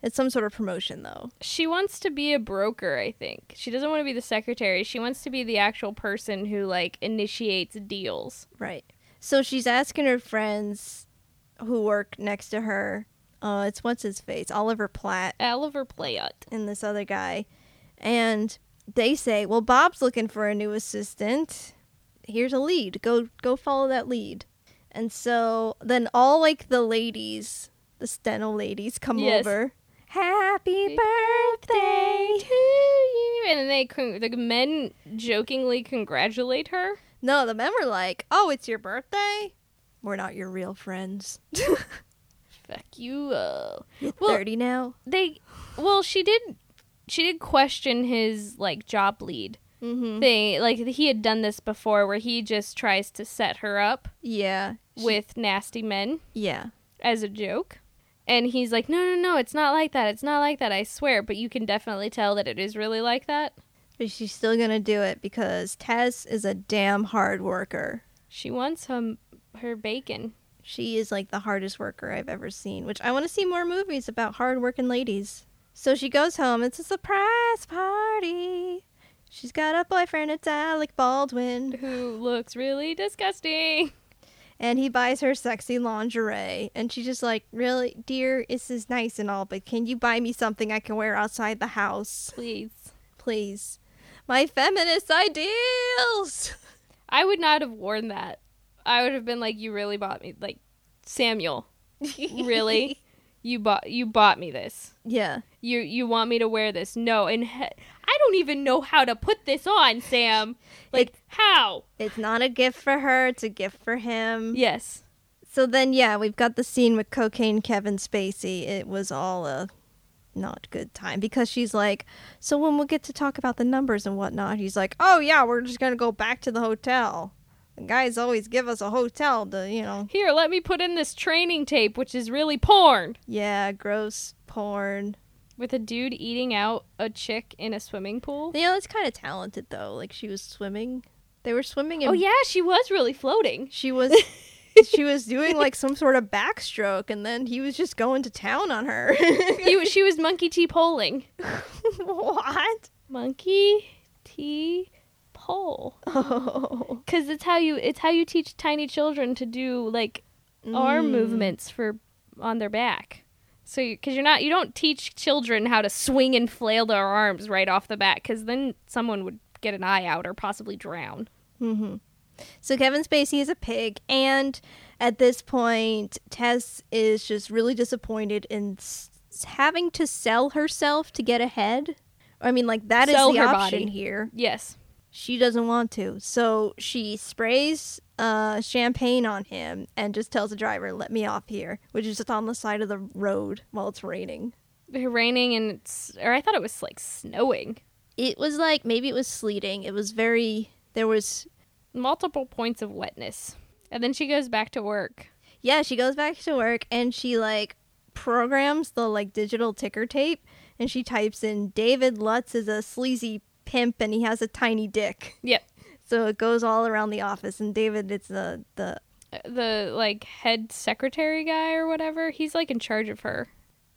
[SPEAKER 2] It's some sort of promotion though.
[SPEAKER 1] She wants to be a broker, I think. She doesn't want to be the secretary. She wants to be the actual person who like initiates deals.
[SPEAKER 2] Right. So she's asking her friends who work next to her. Uh, it's what's his face, Oliver Platt,
[SPEAKER 1] Oliver Platt.
[SPEAKER 2] and this other guy, and they say, "Well, Bob's looking for a new assistant. Here's a lead. Go go follow that lead." And so then all like the ladies, the steno ladies, come
[SPEAKER 1] Yes.
[SPEAKER 2] over.
[SPEAKER 1] Happy
[SPEAKER 2] Happy birthday
[SPEAKER 1] To you. And then they con- the men jokingly congratulate her.
[SPEAKER 2] No, the men were like, "Oh, it's your birthday. We're not your real friends. *laughs*
[SPEAKER 1] Fuck you. Uh.
[SPEAKER 2] You're
[SPEAKER 1] Well-
[SPEAKER 2] thirty now."
[SPEAKER 1] They well, she did she did question his like job lead.
[SPEAKER 2] Mm-hmm.
[SPEAKER 1] thing like he had done this before where he just tries to set her up
[SPEAKER 2] Yeah,
[SPEAKER 1] with nasty men
[SPEAKER 2] yeah,
[SPEAKER 1] as a joke and he's like no no no it's not like that it's not like that i swear but you can definitely tell that it is really like that
[SPEAKER 2] but she's still gonna do it because Tess is a damn hard worker.
[SPEAKER 1] she wants him her bacon
[SPEAKER 2] She is like the hardest worker I've ever seen, which I want to see more movies about hardworking ladies. So she goes home. It's a surprise party. She's got a boyfriend. It's Alec Baldwin.
[SPEAKER 1] *laughs* who looks really disgusting
[SPEAKER 2] and he buys her sexy lingerie and she's just like really dear this is nice and all but can you buy me something i can wear outside the house
[SPEAKER 1] please
[SPEAKER 2] please my feminist ideals *laughs*
[SPEAKER 1] i would not have worn that i would have been like you really bought me like samuel really you bought you bought me this
[SPEAKER 2] yeah
[SPEAKER 1] you you want me to wear this no and he- i don't even know how to put this on sam like how
[SPEAKER 2] it's not a gift for her it's a gift for him
[SPEAKER 1] yes
[SPEAKER 2] so then yeah we've got the scene with cocaine kevin spacey it was all a not good time because she's like so when we'll get to talk about the numbers and whatnot he's like oh yeah we're just gonna go back to the hotel the guys always give us a hotel to you know
[SPEAKER 1] here let me put in this training tape which is really porn
[SPEAKER 2] Yeah, gross porn.
[SPEAKER 1] with a dude eating out a chick in a swimming pool
[SPEAKER 2] You know, it's kind of talented though. Like she was swimming. They were swimming. In,
[SPEAKER 1] oh yeah she was really floating *laughs*
[SPEAKER 2] she was. she was doing like some sort of backstroke, and then he was just going to town on her. *laughs*
[SPEAKER 1] he, was- she was *laughs* monkey t polling
[SPEAKER 2] what?
[SPEAKER 1] monkey t pole
[SPEAKER 2] Oh.
[SPEAKER 1] because it's how you it's how you teach tiny children to do like arm movements for on their back. So because you, are not you don't teach children how to swing and flail their arms right off the bat because then someone would get an eye out or possibly drown.
[SPEAKER 2] hmm So Kevin Spacey is a pig, and at this point, Tess is just really disappointed in s- having to sell herself to get ahead. I mean, like that is
[SPEAKER 1] Sell
[SPEAKER 2] the
[SPEAKER 1] her
[SPEAKER 2] option
[SPEAKER 1] body.
[SPEAKER 2] here.
[SPEAKER 1] Yes.
[SPEAKER 2] She doesn't want to, so she sprays uh, champagne on him and just tells the driver, "Let me off here," which is just on the side of the road while it's raining.
[SPEAKER 1] raining and it's or I thought it was like snowing.
[SPEAKER 2] It was like maybe it was sleeting. It was very there was
[SPEAKER 1] Multiple points of wetness. And then she goes back to work.
[SPEAKER 2] yeah, she goes back to work and she like programs the like digital ticker tape and she types in David Lutz is a sleazy pimp and he has a tiny dick.
[SPEAKER 1] Yep.
[SPEAKER 2] *laughs* So it goes all around the office and David it's the the
[SPEAKER 1] The like head secretary guy or whatever, he's like in charge of her.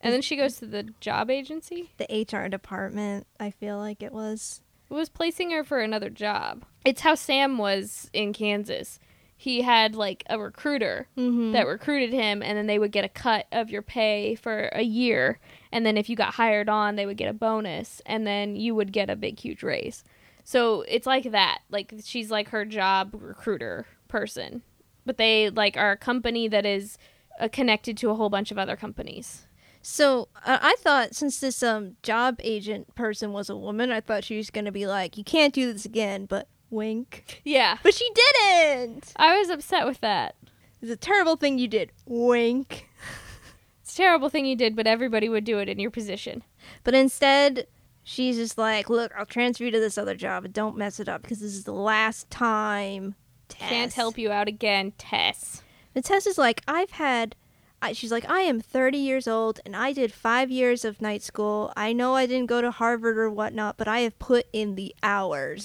[SPEAKER 1] And then she goes to the job agency.
[SPEAKER 2] the HR department, I feel like it was.
[SPEAKER 1] It was placing her for another job. It's how Sam was in Kansas. He had like a recruiter
[SPEAKER 2] Mhm.
[SPEAKER 1] that recruited him and then they would get a cut of your pay for a year and then if you got hired on they would get a bonus and then you would get a big huge raise so it's like that like she's like her job recruiter person but they like are a company that is uh, connected to a whole bunch of other companies
[SPEAKER 2] So I I thought since this um job agent person was a woman, I thought she was going to be like, "You can't do this again," but wink. *laughs*
[SPEAKER 1] yeah
[SPEAKER 2] But she didn't.
[SPEAKER 1] i was upset with that
[SPEAKER 2] It's a terrible thing you did. Wink.
[SPEAKER 1] it's a terrible thing you did but everybody would do it in your position
[SPEAKER 2] But instead, she's just like, "Look, I'll transfer you to this other job, but don't mess it up because this is the last time." Tess.
[SPEAKER 1] can't help you out again tess
[SPEAKER 2] And Tess is like, "I've had." I, she's like, "I am 30 years old, and I did five years of night school. I know I didn't go to Harvard or whatnot, but I have put in the hours.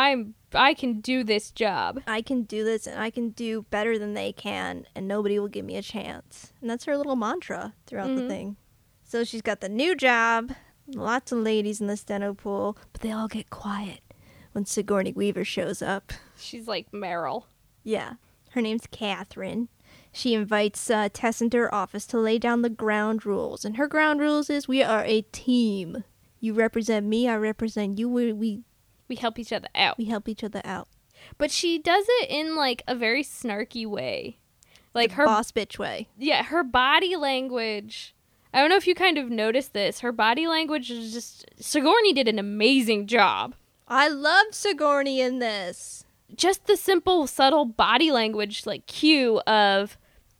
[SPEAKER 1] i'm i can do this job
[SPEAKER 2] I can do this, and I can do better than they can, and nobody will give me a chance." And that's her little mantra throughout the
[SPEAKER 1] Mhm.
[SPEAKER 2] thing. So she's got the new job. Lots of ladies in the steno pool, but they all get quiet when Sigourney Weaver shows up.
[SPEAKER 1] she's like meryl
[SPEAKER 2] Yeah. Her name's Catherine. She invites uh, Tess into her office to lay down the ground rules. And her ground rules is we are a team. You represent me, I represent you. We, we,
[SPEAKER 1] we help each other out
[SPEAKER 2] we help each other out.
[SPEAKER 1] but she does it in like a very snarky way like
[SPEAKER 2] The
[SPEAKER 1] her
[SPEAKER 2] boss bitch way.
[SPEAKER 1] yeah her body language i don't know if you kind of noticed this her body language is just sigourney did an amazing job
[SPEAKER 2] I love Sigourney in this.
[SPEAKER 1] just the simple subtle body language like cue of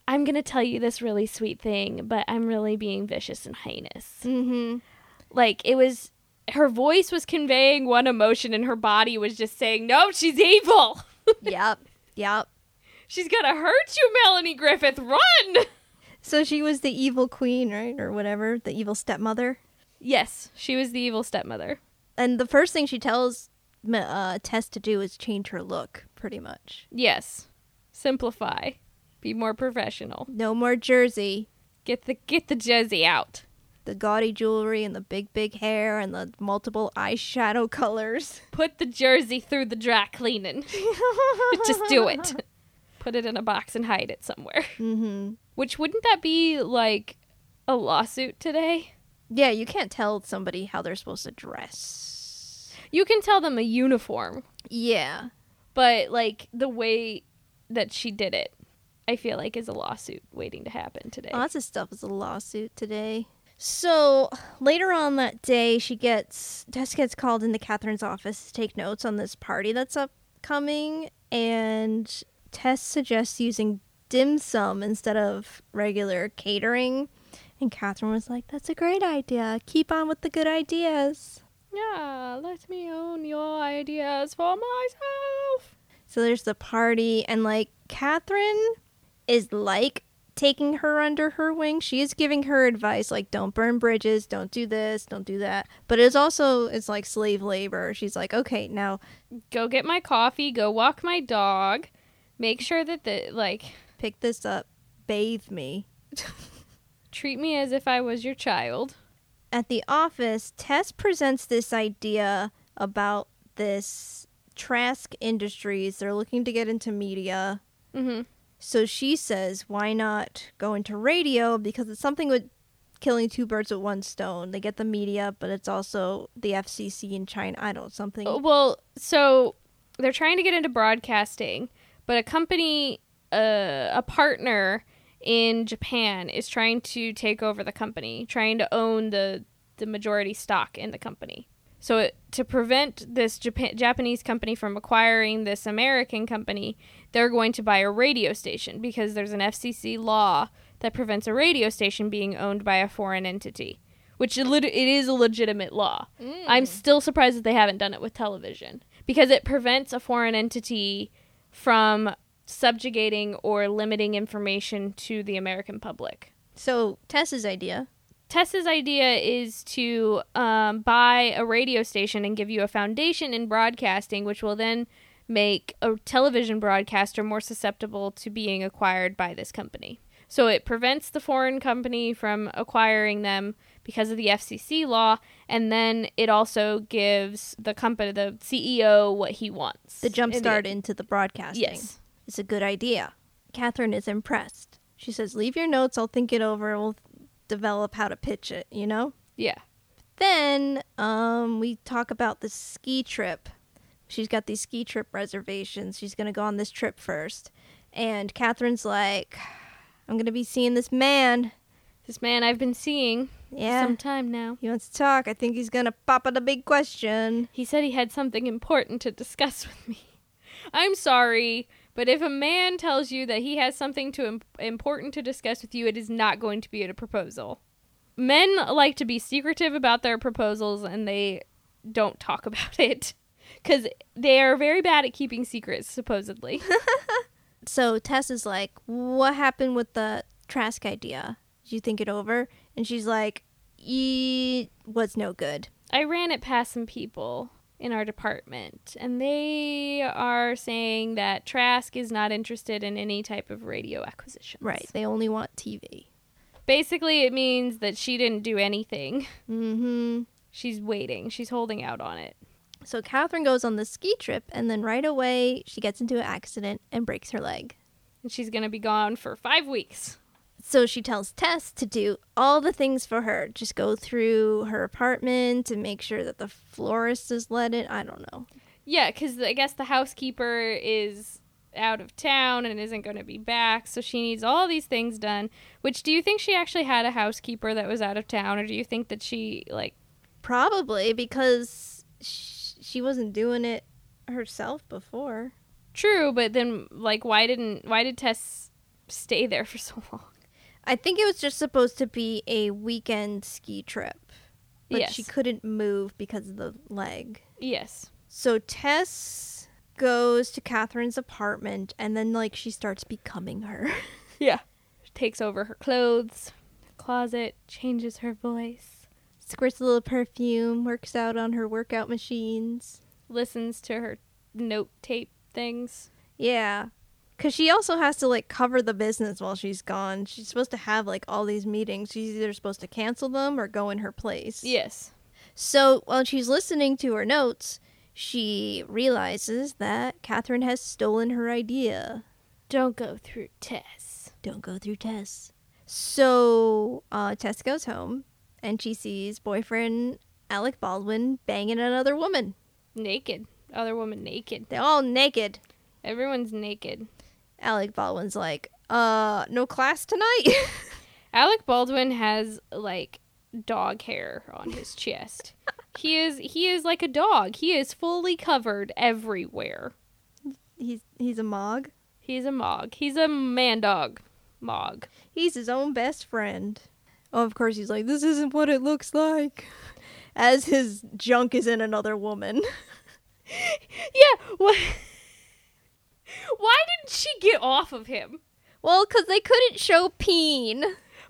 [SPEAKER 1] i'm gonna tell you this really sweet thing but i'm really being vicious and heinous
[SPEAKER 2] Mm-hmm.
[SPEAKER 1] like it was her voice was conveying one emotion and her body was just saying no she's evil *laughs*
[SPEAKER 2] yep. Yep.
[SPEAKER 1] she's gonna hurt you melanie griffith run
[SPEAKER 2] So she was the evil queen, right? Or whatever, the evil stepmother.
[SPEAKER 1] Yes, she was the evil stepmother.
[SPEAKER 2] And the first thing she tells uh, Tess to do is change her look, pretty much.
[SPEAKER 1] Yes. Simplify. Be more professional.
[SPEAKER 2] No more jersey,
[SPEAKER 1] Get the get the jersey out.
[SPEAKER 2] the gaudy jewelry and the big big hair and the multiple eyeshadow colors.
[SPEAKER 1] Put the jersey through the dry cleaning. *laughs* Just do it. *laughs* Put it in a box and hide it somewhere.
[SPEAKER 2] hmm
[SPEAKER 1] Which wouldn't that be like a lawsuit today?
[SPEAKER 2] Yeah, you can't tell somebody how they're supposed to dress.
[SPEAKER 1] You can tell them a uniform,
[SPEAKER 2] Yeah.
[SPEAKER 1] but like the way that she did it, I feel like is a lawsuit waiting to happen today.
[SPEAKER 2] Lots of stuff is a lawsuit today. So later on that day, she gets Tess gets called into Catherine's office to take notes on this party that's upcoming, and Tess suggests using dim sum instead of regular catering. And Catherine was like, "That's a great idea. Keep on with the good ideas."
[SPEAKER 1] yeah, let me own your ideas for myself.
[SPEAKER 2] So there's the party, and like Catherine is like taking her under her wing. She is giving her advice, like don't burn bridges, don't do this, don't do that. But it's also it's like slave labor. She's like, okay, now
[SPEAKER 1] go get my coffee, go walk my dog, make sure that the like
[SPEAKER 2] pick this up, bathe me.
[SPEAKER 1] treat me as if I was your child.
[SPEAKER 2] At the office, Tess presents this idea about this Trask Industries. They're looking to get into media.
[SPEAKER 1] Mm-hmm.
[SPEAKER 2] So she says, why not go into radio? Because it's something with killing two birds with one stone. They get the media, but it's also the FCC in China. I don't something.
[SPEAKER 1] Well, so they're trying to get into broadcasting, but a company, uh, a partner in Japan, is trying to take over the company, trying to own the the majority stock in the company. So it, to prevent this Japan, Japanese company from acquiring this American company, they're going to buy a radio station because there's an FCC law that prevents a radio station being owned by a foreign entity, which it lit- it is a legitimate law.
[SPEAKER 2] Mm.
[SPEAKER 1] I'm still surprised that they haven't done it with television because it prevents a foreign entity from subjugating or limiting information to the American public.
[SPEAKER 2] So Tess's idea.
[SPEAKER 1] Tessa's idea is to um, buy a radio station and give you a foundation in broadcasting, which will then make a television broadcaster more susceptible to being acquired by this company. So it prevents the foreign company from acquiring them because of the FCC law, and then it also gives the company, the CEO, what he wants.
[SPEAKER 2] The jump
[SPEAKER 1] And
[SPEAKER 2] start
[SPEAKER 1] it-
[SPEAKER 2] into the broadcasting.
[SPEAKER 1] Yes.
[SPEAKER 2] It's a good idea. Catherine is impressed. She says, Leave your notes, I'll think it over, we'll develop how to pitch it, you know?
[SPEAKER 1] Yeah.
[SPEAKER 2] Then um, we talk about the ski trip. She's got these ski trip reservations. She's going to go on this trip first. And Catherine's like, I'm going to be seeing this man.
[SPEAKER 1] This man I've been seeing
[SPEAKER 2] Yeah.
[SPEAKER 1] some time now.
[SPEAKER 2] he wants to talk. I think he's going to pop out a big question.
[SPEAKER 1] He said he had something important to discuss *laughs* with me. I'm sorry, but if a man tells you that he has something to im- important to discuss with you, it is not going to be a proposal. Men like to be secretive about their proposals and they don't talk *laughs* about it cuz they are very bad at keeping secrets supposedly. *laughs*
[SPEAKER 2] so Tess is like, "What happened with the Trask idea? Did you think it over?" And she's like, "It was no good."
[SPEAKER 1] I ran it past some people in our department, and they are saying that Trask is not interested in any type of radio acquisition.
[SPEAKER 2] Right? They only want TV.
[SPEAKER 1] Basically, it means that she didn't do anything. *laughs*
[SPEAKER 2] Mm-hmm.
[SPEAKER 1] She's waiting, she's holding out on it.
[SPEAKER 2] So Catherine goes on the ski trip, and then right away she gets into an accident and breaks her leg.
[SPEAKER 1] And she's going to be gone for five weeks.
[SPEAKER 2] So she tells Tess to do all the things for her. Just go through her apartment and make sure that the florist is let in. I don't know.
[SPEAKER 1] Yeah, because I guess the housekeeper is out of town and isn't going to be back, so she needs all these things done. Which, do you think she actually had a housekeeper that was out of town, or do you think that she, like,
[SPEAKER 2] Probably because sh- she wasn't doing it herself before.
[SPEAKER 1] True, but then like why didn't why did Tess stay there *laughs* for so long?
[SPEAKER 2] I think it was just supposed to be a weekend ski trip, but
[SPEAKER 1] yes.
[SPEAKER 2] she couldn't move because of the leg.
[SPEAKER 1] yes.
[SPEAKER 2] So Tess goes to Catherine's apartment, and then like she starts becoming her. *laughs*
[SPEAKER 1] Yeah. Takes over her clothes, closet, changes her voice,
[SPEAKER 2] Squirts a little perfume, works out on her workout machines.
[SPEAKER 1] listens to her note tape things.
[SPEAKER 2] Yeah. Cause she also has to like cover the business while she's gone. She's supposed to have like all these meetings. She's either supposed to cancel them or go in her place.
[SPEAKER 1] Yes.
[SPEAKER 2] So while she's listening to her notes, she realizes that Catherine has stolen her idea.
[SPEAKER 1] Don't go through Tess.
[SPEAKER 2] Don't go through Tess. So uh, Tess goes home and she sees boyfriend Alec Baldwin banging another woman.
[SPEAKER 1] Naked. Other woman naked.
[SPEAKER 2] They're all naked.
[SPEAKER 1] Everyone's naked.
[SPEAKER 2] Alec Baldwin's like, uh, no class tonight. *laughs*
[SPEAKER 1] Alec Baldwin has like dog hair on *laughs* his chest. He is he is like a dog. He is fully covered everywhere.
[SPEAKER 2] he's he's a mog.
[SPEAKER 1] He's a mog. He's a man dog. Mog.
[SPEAKER 2] He's his own best friend. Oh, of course he's like, this isn't what it looks like. *laughs* As his junk is in another woman. *laughs*
[SPEAKER 1] Yeah. *laughs* What? Why didn't she get off of him?
[SPEAKER 2] Well, because they couldn't show peen.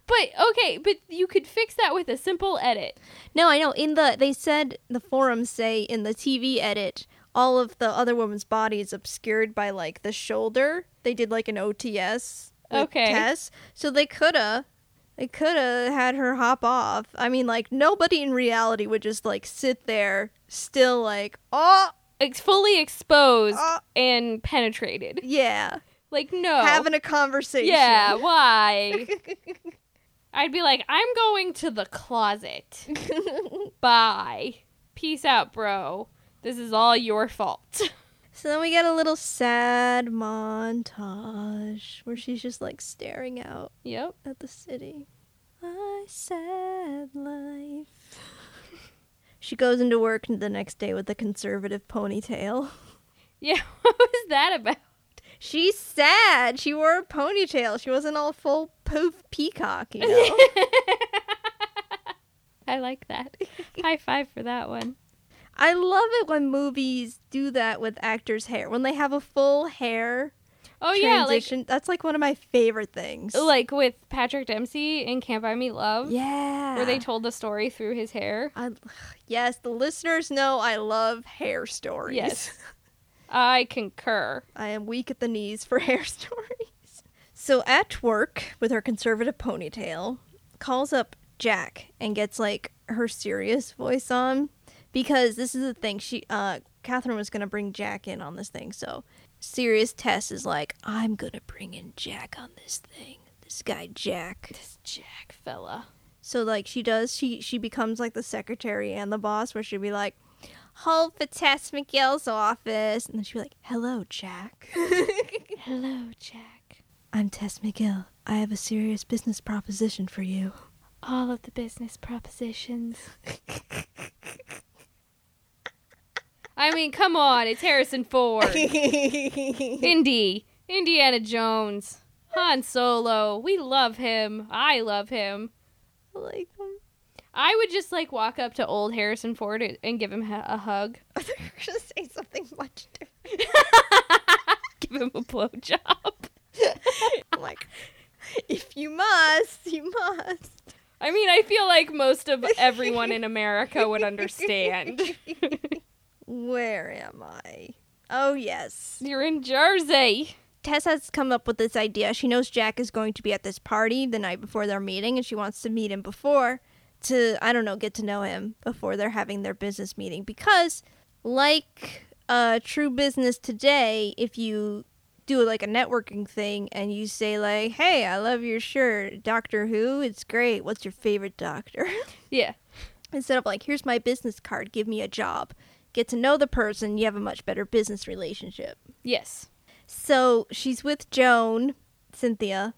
[SPEAKER 1] But okay, but you could fix that with a simple edit.
[SPEAKER 2] No, I know. In the they said the forums say in the TV edit, all of the other woman's body is obscured by like the shoulder. They did like an OTS. with
[SPEAKER 1] Okay.
[SPEAKER 2] Tess, so they coulda, they coulda had her hop off. I mean, like nobody in reality would just like sit there still, like oh,
[SPEAKER 1] ex- fully exposed
[SPEAKER 2] Uh.
[SPEAKER 1] and penetrated.
[SPEAKER 2] Yeah.
[SPEAKER 1] Like no.
[SPEAKER 2] Having a conversation.
[SPEAKER 1] Oh. yeah, *laughs* why? I'd be like, I'm going to the closet. Bye. Peace out, bro. This is all your fault.
[SPEAKER 2] *laughs*
[SPEAKER 1] *laughs*
[SPEAKER 2] so then we get a little sad montage where she's just like staring out
[SPEAKER 1] yep.
[SPEAKER 2] at the city. My sad life. *laughs* she goes into work the next day with a conservative ponytail. *laughs*
[SPEAKER 1] Yeah, *laughs* what was that about?
[SPEAKER 2] She's sad. She wore a ponytail. She wasn't all full poof peacock, you know?
[SPEAKER 1] *laughs* I like that. High five for that one.
[SPEAKER 2] I love it when movies do that with actors' hair. When they have a full hair
[SPEAKER 1] Oh yeah, like
[SPEAKER 2] transition, that's like one of my favorite things.
[SPEAKER 1] like with Patrick Dempsey in Can't Buy Me Love,
[SPEAKER 2] yeah.
[SPEAKER 1] where they told the story through his hair.
[SPEAKER 2] I, *sighs* yes, the listeners know I love hair stories.
[SPEAKER 1] Yes. I concur.
[SPEAKER 2] I am weak at the knees for *laughs* hair stories. So at work with her conservative ponytail, calls up Jack and gets like her serious voice on because this is the thing she uh Catherine was gonna bring Jack in on this thing. So serious Tess is like, I'm gonna bring in Jack on this thing. This guy Jack.
[SPEAKER 1] This Jack fella.
[SPEAKER 2] So like she does, she she becomes like the secretary and the boss, where she'd be like, "Hold for Tess McGill's office," and then she'd be like, "Hello, Jack." *laughs*
[SPEAKER 1] Hello, Jack.
[SPEAKER 2] I'm Tess McGill. I have a serious business proposition for *laughs* you.
[SPEAKER 1] All of the business propositions. *laughs* I mean, come on, it's Harrison Ford. *laughs* Indy, Indiana Jones, Han Solo. We love him. I love him.
[SPEAKER 2] like,
[SPEAKER 1] I would just like walk up to old Harrison Ford and- and give him h- a hug,
[SPEAKER 2] *laughs*
[SPEAKER 1] *laughs*
[SPEAKER 2] I thought you were going to say something much different.
[SPEAKER 1] give him a blowjob.
[SPEAKER 2] I'm like, if you must, you must.
[SPEAKER 1] I mean, I feel like most of everyone in America would *laughs* understand.
[SPEAKER 2] Where am I? Oh, yes.
[SPEAKER 1] You're in Jersey.
[SPEAKER 2] Tess has come up with this idea. She knows Jack is going to be at this party the night before their meeting, and she wants to meet him before to, I don't know, get to know him before they're having their business meeting. Because, like uh, true business today, if you do like a networking thing and you say, like, hey, I love your shirt, Doctor Who, it's great. What's your favorite doctor? *laughs*
[SPEAKER 1] Yeah.
[SPEAKER 2] Instead of like, here's my business card, give me a job. Get to know the person, you have a much better business relationship.
[SPEAKER 1] Yes.
[SPEAKER 2] So she's with Joan, Cynthia,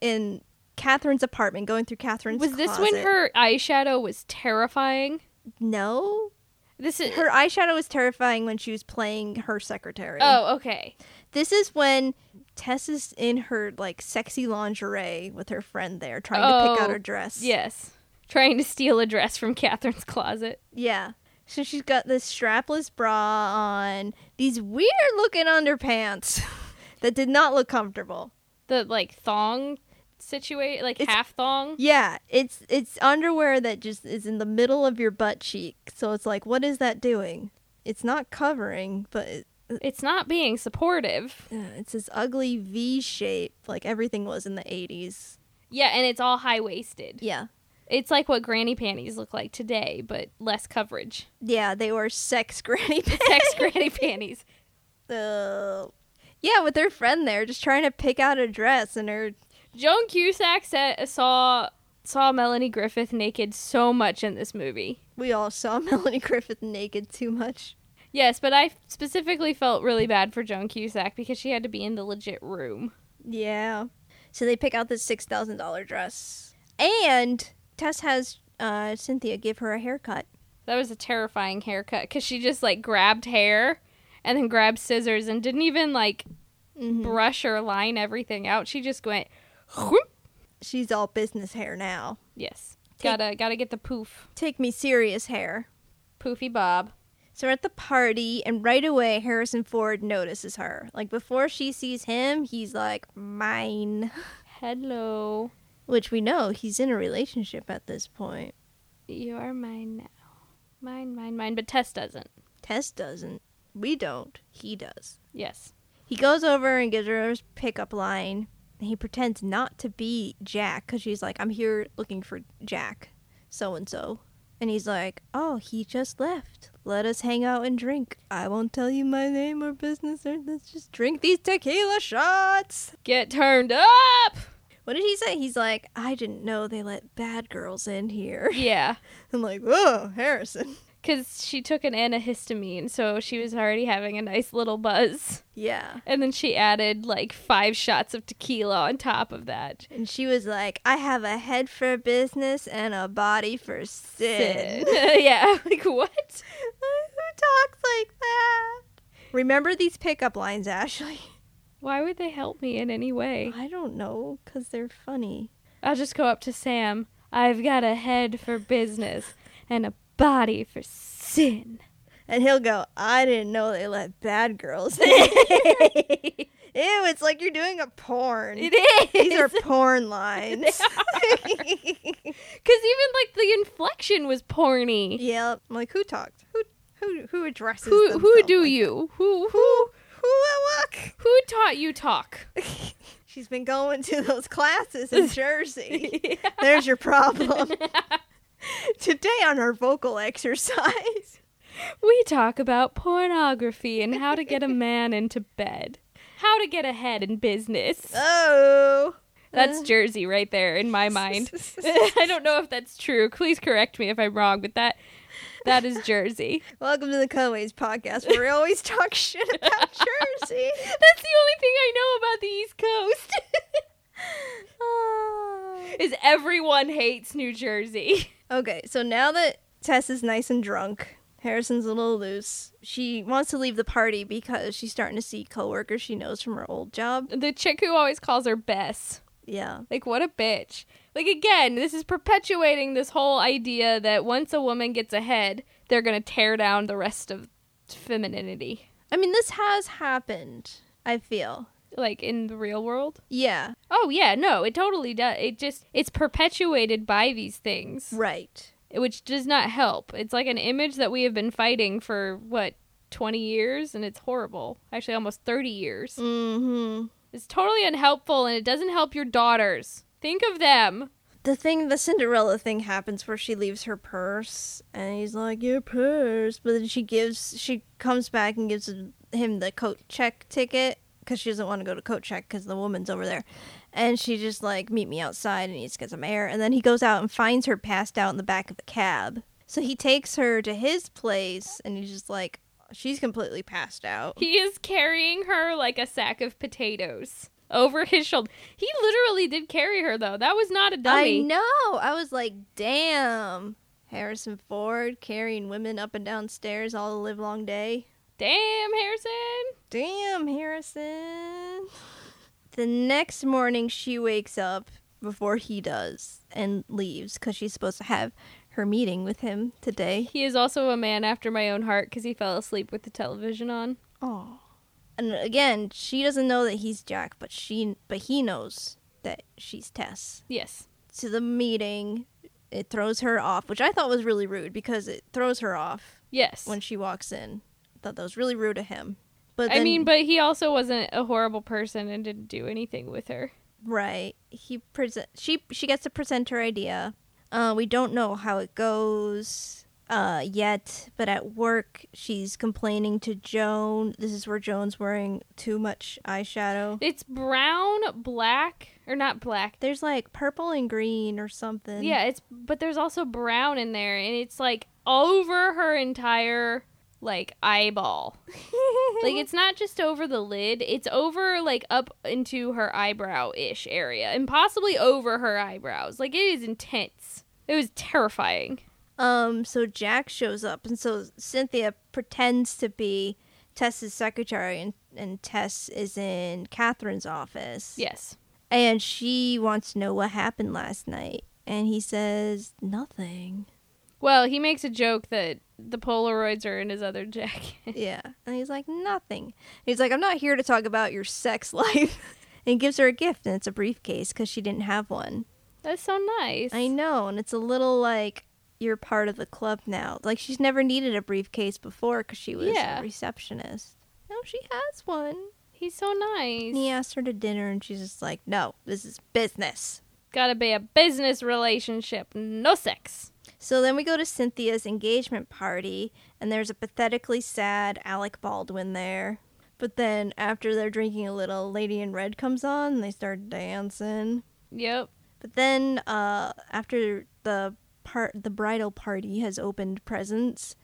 [SPEAKER 2] in Catherine's apartment, going through Catherine's.
[SPEAKER 1] Was this when
[SPEAKER 2] closet.
[SPEAKER 1] her eyeshadow was terrifying?
[SPEAKER 2] No,
[SPEAKER 1] This is
[SPEAKER 2] her eyeshadow was terrifying when she was playing her secretary.
[SPEAKER 1] Oh, okay.
[SPEAKER 2] this is when Tess is in her like sexy lingerie with her friend there, trying to pick out
[SPEAKER 1] Oh,
[SPEAKER 2] her dress.
[SPEAKER 1] Yes. Trying to steal a dress from *laughs* Catherine's closet.
[SPEAKER 2] yeah. So she's got this strapless bra on, these weird looking underpants *laughs* that did not look comfortable.
[SPEAKER 1] The like thong situation, like
[SPEAKER 2] It's-
[SPEAKER 1] half thong.
[SPEAKER 2] Yeah, it's it's underwear that just is in the middle of your butt cheek. So it's like, what is that doing? It's not covering, but it, uh,
[SPEAKER 1] It's not being supportive.
[SPEAKER 2] it's this ugly V shape, like everything was in the '80s.
[SPEAKER 1] Yeah, and it's all high waisted.
[SPEAKER 2] Yeah,
[SPEAKER 1] It's like what granny panties look like today, but less coverage.
[SPEAKER 2] yeah, they were sex *laughs* granny pants.
[SPEAKER 1] Sex granny panties.
[SPEAKER 2] Uh, yeah, with her friend there, just trying to pick out a dress, and her
[SPEAKER 1] Joan Cusack sa saw saw Melanie Griffith naked so much in this movie.
[SPEAKER 2] we all saw *laughs* Melanie Griffith naked too much.
[SPEAKER 1] Yes, but I specifically felt really bad for Joan Cusack because she had to be in the legit room.
[SPEAKER 2] Yeah. So they pick out this six thousand dollar dress, and Tess has uh, Cynthia give her a haircut.
[SPEAKER 1] That was a terrifying haircut because she just like grabbed hair and then grabbed scissors and didn't even like
[SPEAKER 2] Mm-hmm.
[SPEAKER 1] brush or line everything out. She just went, whoop.
[SPEAKER 2] She's all business hair now.
[SPEAKER 1] yes,
[SPEAKER 2] Take-
[SPEAKER 1] gotta gotta get the poof,
[SPEAKER 2] Take me serious hair.
[SPEAKER 1] poofy bob.
[SPEAKER 2] So we're at the party, and right away, Harrison Ford notices her. Like, before she sees him, he's like, mine.
[SPEAKER 1] Hello,
[SPEAKER 2] Which we know he's in a relationship at this point.
[SPEAKER 1] you are mine now, mine, mine, mine. But Tess doesn't.
[SPEAKER 2] Tess doesn't. We don't. He does.
[SPEAKER 1] Yes,
[SPEAKER 2] He goes over and gives her his pickup line, and he pretends not to be Jack because she's like, I'm here looking for Jack, so and so. And he's like, Oh, he just left. Let us hang out and drink. I won't tell you my name or business, or let's just drink these tequila shots.
[SPEAKER 1] Get turned up.
[SPEAKER 2] What did he say? He's like, I didn't know they let bad girls in here. *laughs*
[SPEAKER 1] Yeah,
[SPEAKER 2] I'm like, whoa, Harrison.
[SPEAKER 1] because she took an antihistamine, so she was already having a nice little buzz.
[SPEAKER 2] Yeah.
[SPEAKER 1] And then she added like five shots of tequila on top of that.
[SPEAKER 2] And she was like, I have a head for business and a body for sin.
[SPEAKER 1] *laughs* yeah, like what?
[SPEAKER 2] Who talks like that? Remember these pickup lines, Ashley?
[SPEAKER 1] Why would they help me in any way?
[SPEAKER 2] I don't know, because they're funny.
[SPEAKER 1] I'll just go up to Sam. I've got a head for business and a body for sin.
[SPEAKER 2] And he'll go, I didn't know they let bad girls *laughs* in. Ew, it's like you're doing a porn.
[SPEAKER 1] is.
[SPEAKER 2] These are porn lines.
[SPEAKER 1] Because even like the inflection was porny.
[SPEAKER 2] *laughs* yep. I'm like, who talked? Who who who addresses
[SPEAKER 1] Who who
[SPEAKER 2] themselves
[SPEAKER 1] do
[SPEAKER 2] like-
[SPEAKER 1] you? Who
[SPEAKER 2] Who
[SPEAKER 1] who
[SPEAKER 2] who will
[SPEAKER 1] who taught you
[SPEAKER 2] *laughs*
[SPEAKER 1] talk?
[SPEAKER 2] look? She's been going to those classes in Jersey. There's your problem. Today on our vocal exercise,
[SPEAKER 1] We talk about pornography and how to get a man into bed. How to get ahead in business.
[SPEAKER 2] oh,
[SPEAKER 1] That's Jersey right there in my mind. *laughs* I don't know if that's true. Please correct me if I'm wrong, but that that is Jersey.
[SPEAKER 2] welcome to the Cutaways podcast, where we always talk shit about Jersey.
[SPEAKER 1] That's the only thing I know about the East Coast. *laughs*
[SPEAKER 2] Ah.
[SPEAKER 1] is everyone hates New Jersey. *laughs*
[SPEAKER 2] Okay, so now that Tess is nice and drunk, Harrison's a little loose. She wants to leave the party because she's starting to see coworkers she knows from her old job.
[SPEAKER 1] The chick who always calls her Bess.
[SPEAKER 2] Yeah,
[SPEAKER 1] Like what a bitch. Like again, this is perpetuating this whole idea that once a woman gets ahead, they're going to tear down the rest of femininity.
[SPEAKER 2] I mean this has happened. I feel.
[SPEAKER 1] Like in the real world.
[SPEAKER 2] Yeah,
[SPEAKER 1] Oh yeah, no, it totally does. It just it's perpetuated by these things,
[SPEAKER 2] right.
[SPEAKER 1] which does not help. It's like an image that we have been fighting for what 20 years and it's horrible. Actually almost 30 years.
[SPEAKER 2] Mm-hmm.
[SPEAKER 1] It's totally unhelpful and it doesn't help your daughters. Think of them.
[SPEAKER 2] the thing the cinderella thing happens where she leaves her purse and he's like your purse but then she gives she comes back and gives him the coat check ticket because she doesn't want to go to coat check because the woman's over there and she just like meet me outside and he just gets some air and then he goes out and finds her passed out in the back of the cab so he takes her to his place and he's just like she's completely passed out
[SPEAKER 1] He is carrying her like a sack of potatoes over his shoulder. He literally did carry her though. That was not a dummy.
[SPEAKER 2] I know. I was like, damn. Harrison Ford carrying women up and down stairs all the livelong day.
[SPEAKER 1] Damn, Harrison.
[SPEAKER 2] Damn, Harrison. *laughs* The next morning, she wakes up before he does and leaves because she's supposed to have her meeting with him today.
[SPEAKER 1] He is also a man after my own heart cuz he fell asleep with the television on.
[SPEAKER 2] Oh. And again, she doesn't know that he's Jack, but she but he knows that she's Tess.
[SPEAKER 1] Yes.
[SPEAKER 2] to the meeting. It throws her off, which I thought was really rude because it throws her off
[SPEAKER 1] Yes.
[SPEAKER 2] when she walks in. I thought that was really rude of him. But
[SPEAKER 1] I
[SPEAKER 2] then-
[SPEAKER 1] mean, but he also wasn't a horrible person and didn't do anything with her.
[SPEAKER 2] right, he present she she gets to present her idea. Uh, we don't know how it goes uh, yet, but at work she's complaining to Joan. This is where Joan's wearing too much eyeshadow.
[SPEAKER 1] It's brown, black, or not black.
[SPEAKER 2] There's like purple and green or something. *laughs*
[SPEAKER 1] Yeah, it's but there's also brown in there and it's like over her entire like eyeball. like *laughs* it's not just over the lid, it's over like up into her eyebrow-ish area and possibly over her eyebrows. Like it is intense. It was terrifying.
[SPEAKER 2] Um, so Jack shows up, and so Cynthia pretends to be Tess's secretary, and, and Tess is in Catherine's office.
[SPEAKER 1] Yes.
[SPEAKER 2] And she wants to know what happened last night. And he says, nothing.
[SPEAKER 1] Well, he makes a joke that the Polaroids are in his other jacket. *laughs*
[SPEAKER 2] yeah. And he's like, nothing. He's like, I'm not here to talk about your sex *laughs* life. and he gives her a gift, and it's a briefcase because she didn't have one.
[SPEAKER 1] That's so nice.
[SPEAKER 2] I know, and it's a little like you're part of the club now. Like she's never needed a briefcase before because she was
[SPEAKER 1] Yeah.
[SPEAKER 2] a receptionist. No, she has one.
[SPEAKER 1] He's so nice.
[SPEAKER 2] And he asked her to dinner, and she's just like, "No, this is business."
[SPEAKER 1] Gotta be a business relationship, no sex.
[SPEAKER 2] So then we go to Cynthia's engagement party, and there's a pathetically sad Alec Baldwin there. But then after they're drinking a little, Lady in Red comes on, and they start dancing.
[SPEAKER 1] Yep.
[SPEAKER 2] But then uh, after the part the bridal party has opened presents,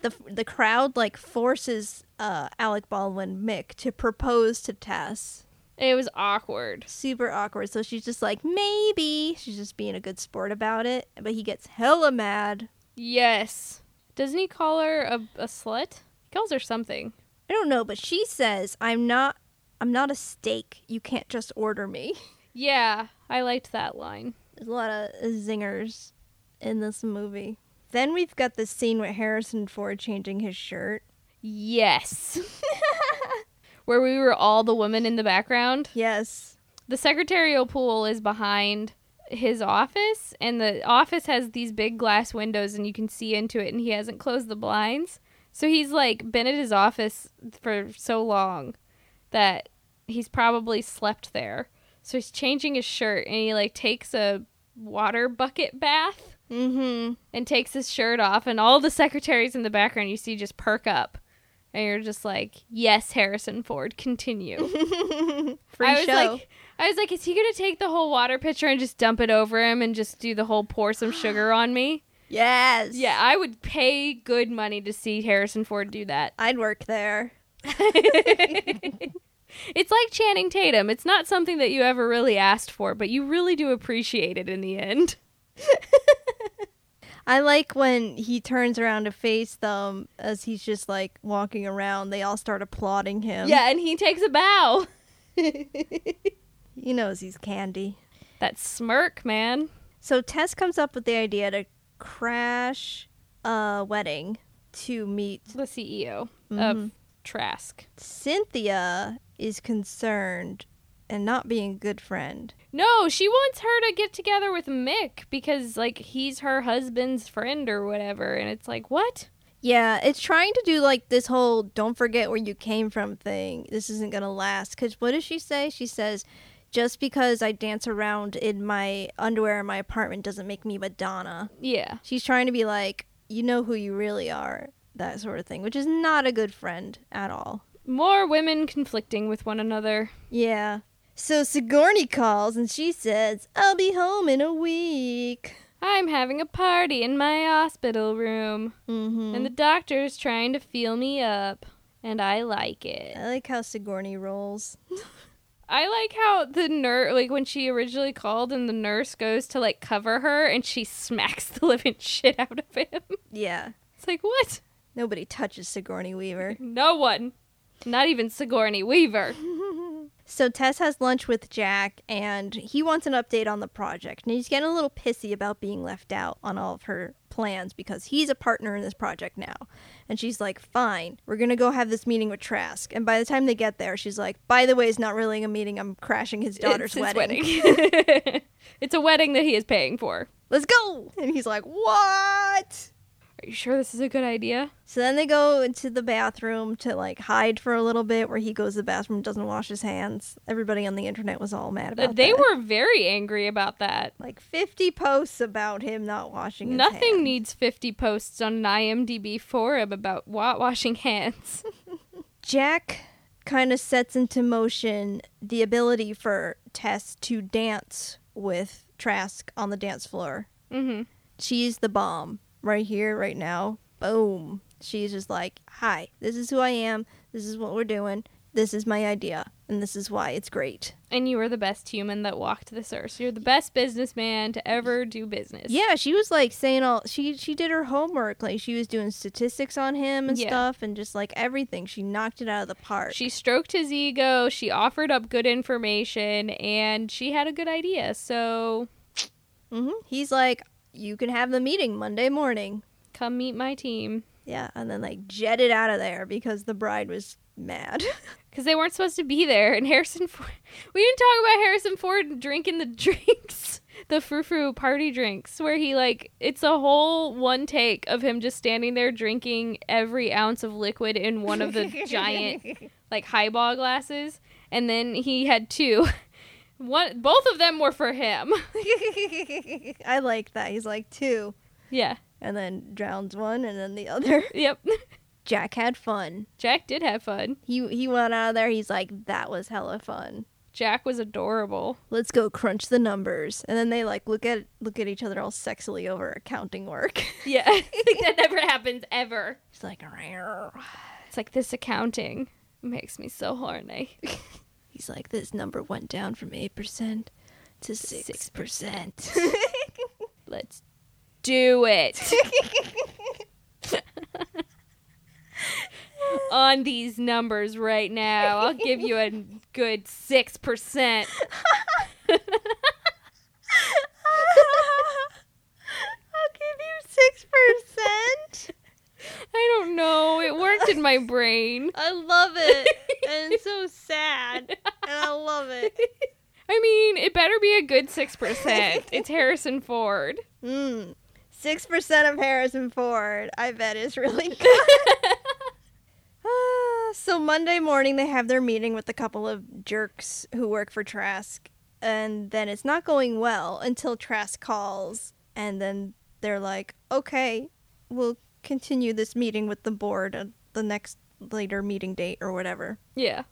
[SPEAKER 2] the the crowd like forces uh, Alec Baldwin Mick to propose to Tess.
[SPEAKER 1] And it was awkward.
[SPEAKER 2] Super awkward. So she's just like, maybe. She's just being a good sport about it. But he gets hella mad.
[SPEAKER 1] Yes. Doesn't he call her a, a slut? He calls her something.
[SPEAKER 2] I don't know, but she says, "I'm not, I'm not a steak. You can't just order me." *laughs*
[SPEAKER 1] Yeah, I liked that line.
[SPEAKER 2] There's a lot of zingers in this movie. Then we've got the scene with Harrison Ford changing his shirt.
[SPEAKER 1] Yes. *laughs* Where we were all the women in the background.
[SPEAKER 2] Yes.
[SPEAKER 1] The secretarial pool is behind his office, and the office has these big glass windows, and you can see into it, and he hasn't closed the blinds. So he's like been at his office for so long that he's probably slept there. So he's changing his shirt, and he like takes a water bucket bath
[SPEAKER 2] Mm-hmm. *laughs*
[SPEAKER 1] and takes his shirt off, and all the secretaries in the background you see just perk up. And you're just like, yes, Harrison Ford, continue.
[SPEAKER 2] Free
[SPEAKER 1] I was
[SPEAKER 2] show.
[SPEAKER 1] like, I was like, is he gonna take the whole water pitcher and just dump it over him and just do the whole pour some *gasps* sugar on me?
[SPEAKER 2] yes.
[SPEAKER 1] Yeah, I would pay good money to see Harrison Ford do *laughs* that.
[SPEAKER 2] I'd work there.
[SPEAKER 1] it's like Channing Tatum. It's not something that you ever really asked for, but you really do appreciate it in the end.
[SPEAKER 2] I like when he turns around to face them as he's just like walking around. They all start applauding him.
[SPEAKER 1] Yeah, and he takes a bow.
[SPEAKER 2] He knows he's candy.
[SPEAKER 1] That smirk, man.
[SPEAKER 2] So Tess comes up with the idea to crash a wedding to meet
[SPEAKER 1] the CEO
[SPEAKER 2] Mhm.
[SPEAKER 1] of Trask.
[SPEAKER 2] Cynthia is concerned and not being a good friend.
[SPEAKER 1] No, she wants her to get together with Mick because like he's her husband's friend or whatever and it's like what?
[SPEAKER 2] Yeah, it's trying to do like this whole don't forget where you came from thing. This isn't going to last. Because what does she say? She says, just because I dance around in my underwear in my apartment doesn't make me Madonna.
[SPEAKER 1] Yeah.
[SPEAKER 2] She's trying to be like, you know who you really are, that sort of thing, which is not a good friend at all.
[SPEAKER 1] More women conflicting with one another.
[SPEAKER 2] Yeah. So Sigourney calls and she says, I'll be home in a week.
[SPEAKER 1] I'm having a party in my hospital room
[SPEAKER 2] Mm-hmm.
[SPEAKER 1] and the doctor's trying to feel me up and I like it.
[SPEAKER 2] I like how Sigourney rolls.
[SPEAKER 1] I like how the nurse like when she originally called and the nurse goes to like cover her and she smacks the living *laughs* shit out of him.
[SPEAKER 2] Yeah.
[SPEAKER 1] It's like what?
[SPEAKER 2] Nobody touches Sigourney Weaver.
[SPEAKER 1] No one. Not even Sigourney Weaver.
[SPEAKER 2] So Tess has lunch with Jack and he wants an update on the project. And he's getting a little pissy about being left out on all of her plans because he's a partner in this project now. And she's like, fine, we're going to go have this meeting with Trask. And by the time they get there, she's like, by the way, it's not really a meeting. I'm crashing his daughter's
[SPEAKER 1] It's his
[SPEAKER 2] wedding.
[SPEAKER 1] wedding. *laughs* it's a wedding that he is paying for.
[SPEAKER 2] Let's go. And he's like, what?
[SPEAKER 1] Are you sure this is a good idea?
[SPEAKER 2] So then they go into the bathroom to like hide for a little bit, where he goes to the bathroom and doesn't wash his hands. Everybody on the internet was all mad about
[SPEAKER 1] they
[SPEAKER 2] that.
[SPEAKER 1] were very angry about that.
[SPEAKER 2] like fifty posts about him not washing. His
[SPEAKER 1] Nothing
[SPEAKER 2] hands.
[SPEAKER 1] needs 50 posts on an IMDb forum about wa- washing hands. *laughs*
[SPEAKER 2] Jack kind of sets into motion the ability for Tess to dance with Trask on the dance floor.
[SPEAKER 1] hmm
[SPEAKER 2] She's the bomb right here, right now. Boom. She's just like, hi, this is who I am. This is what we're doing. This is my idea, and this is why it's great.
[SPEAKER 1] And you are the best human that walked this earth. You're the best businessman to ever do business.
[SPEAKER 2] Yeah, she was like saying all she she did her homework, like she was doing statistics on him and
[SPEAKER 1] Yeah.
[SPEAKER 2] stuff and just like everything. She knocked it out of the park.
[SPEAKER 1] She stroked his ego, she offered up good information, and she had a good idea. So
[SPEAKER 2] hmm He's like, "You can have the meeting Monday morning."
[SPEAKER 1] come meet my team.
[SPEAKER 2] Yeah, and then like jetted out of there because the bride was mad. *laughs*
[SPEAKER 1] because they weren't supposed to be there. And *laughs* Harrison Ford, we didn't talk about Harrison Ford drinking the *laughs* drinks, the frou frou party drinks, where he like it's a whole one take of him just standing there drinking every ounce of liquid in one of the giant like highball glasses, and then he had two. *laughs* One, both of them were for him. *laughs*
[SPEAKER 2] I like that. He's like, two.
[SPEAKER 1] Yeah,
[SPEAKER 2] and then drowns one and then the *laughs* other.
[SPEAKER 1] Yep. *laughs*
[SPEAKER 2] Jack had fun.
[SPEAKER 1] Jack did have fun.
[SPEAKER 2] He he went out of there. He's like, that was hella fun.
[SPEAKER 1] Jack was adorable.
[SPEAKER 2] Let's go crunch the numbers. And then they like look at look at each other all sexily over accounting work. *laughs*
[SPEAKER 1] Yeah. *laughs* that never happens ever.
[SPEAKER 2] He's like, "Rawr."
[SPEAKER 1] It's like this accounting makes me so horny.
[SPEAKER 2] he's like, this number went down from eight percent to six *laughs* percent.
[SPEAKER 1] Let's do
[SPEAKER 2] *laughs*
[SPEAKER 1] it on these numbers right now. I'll give you a good *laughs* 6%.
[SPEAKER 2] I'll give you six percent.
[SPEAKER 1] I don't know. It worked in my brain. *laughs*
[SPEAKER 2] I love it, and it's so *laughs* sad, and I love it.
[SPEAKER 1] I mean, it better be a good 6%. It's Harrison Ford.
[SPEAKER 2] Mm. Six percent of Harrison Ford. I bet is really good. Ah, so Monday morning they have their meeting with a couple of jerks who work for Trask, and then it's not going well until Trask calls, and then they're like, "Okay, we'll continue this meeting with the board at the next later meeting date or whatever."
[SPEAKER 1] yeah.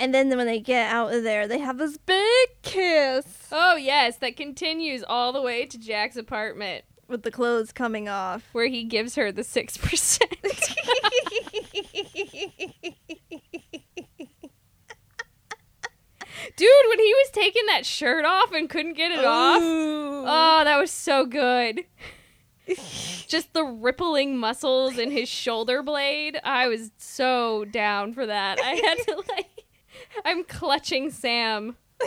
[SPEAKER 2] And then when they get out of there, they have this big kiss
[SPEAKER 1] Oh, yes. That continues all the way to Jack's apartment
[SPEAKER 2] with the clothes coming off.
[SPEAKER 1] *laughs*
[SPEAKER 2] *laughs*
[SPEAKER 1] where he gives her the 6%. *laughs* Dude, when he was taking that shirt off and couldn't get it off. Oh, that was so good. Just the rippling muscles in his shoulder blade. I was so down for that. I had to like I'm clutching Sam, who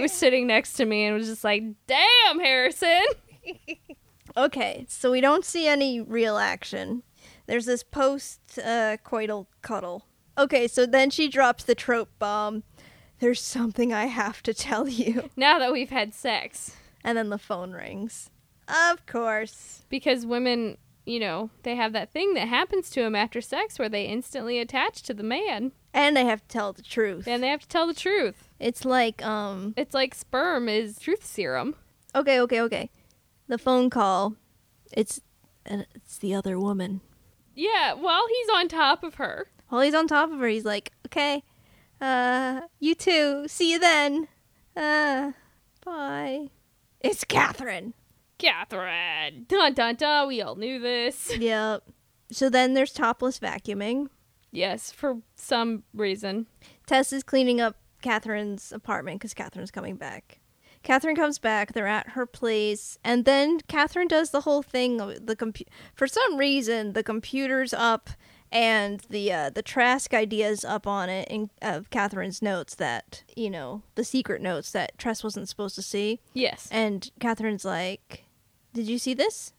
[SPEAKER 1] *laughs* was sitting next to me and was just like, "Damn, Harrison."
[SPEAKER 2] *laughs* Okay, so we don't see any real action. There's this post uh, coital cuddle. Okay, so then she drops the trope bomb. There's something I have to tell you. *laughs*
[SPEAKER 1] Now that we've had sex,
[SPEAKER 2] And then the phone rings. Of course.
[SPEAKER 1] because women, you know, they have that thing that happens to them after sex where they instantly attach to the man
[SPEAKER 2] And they have to tell the truth.
[SPEAKER 1] and they have to tell the truth.
[SPEAKER 2] it's like, um,
[SPEAKER 1] It's like sperm is truth serum.
[SPEAKER 2] okay, okay, okay. The phone call. It's, uh, it's the other woman.
[SPEAKER 1] Yeah, while he's on top of her.
[SPEAKER 2] While he's on top of her, he's like, okay, uh, you too. See you then. Uh, bye. It's Catherine.
[SPEAKER 1] Catherine. Dun dun dun. We all knew this.
[SPEAKER 2] yep. So then there's topless vacuuming.
[SPEAKER 1] Yes, for some reason.
[SPEAKER 2] Tess is cleaning up Catherine's apartment because Catherine's coming back. Catherine comes back. They're at her place, and then Catherine does the whole thing. of The compu- for some reason the computer's up, and the uh, the Trask idea is up on it in uh, Catherine's notes that you know the secret notes that Trask wasn't supposed to see.
[SPEAKER 1] Yes.
[SPEAKER 2] And Catherine's like, "Did you see this?"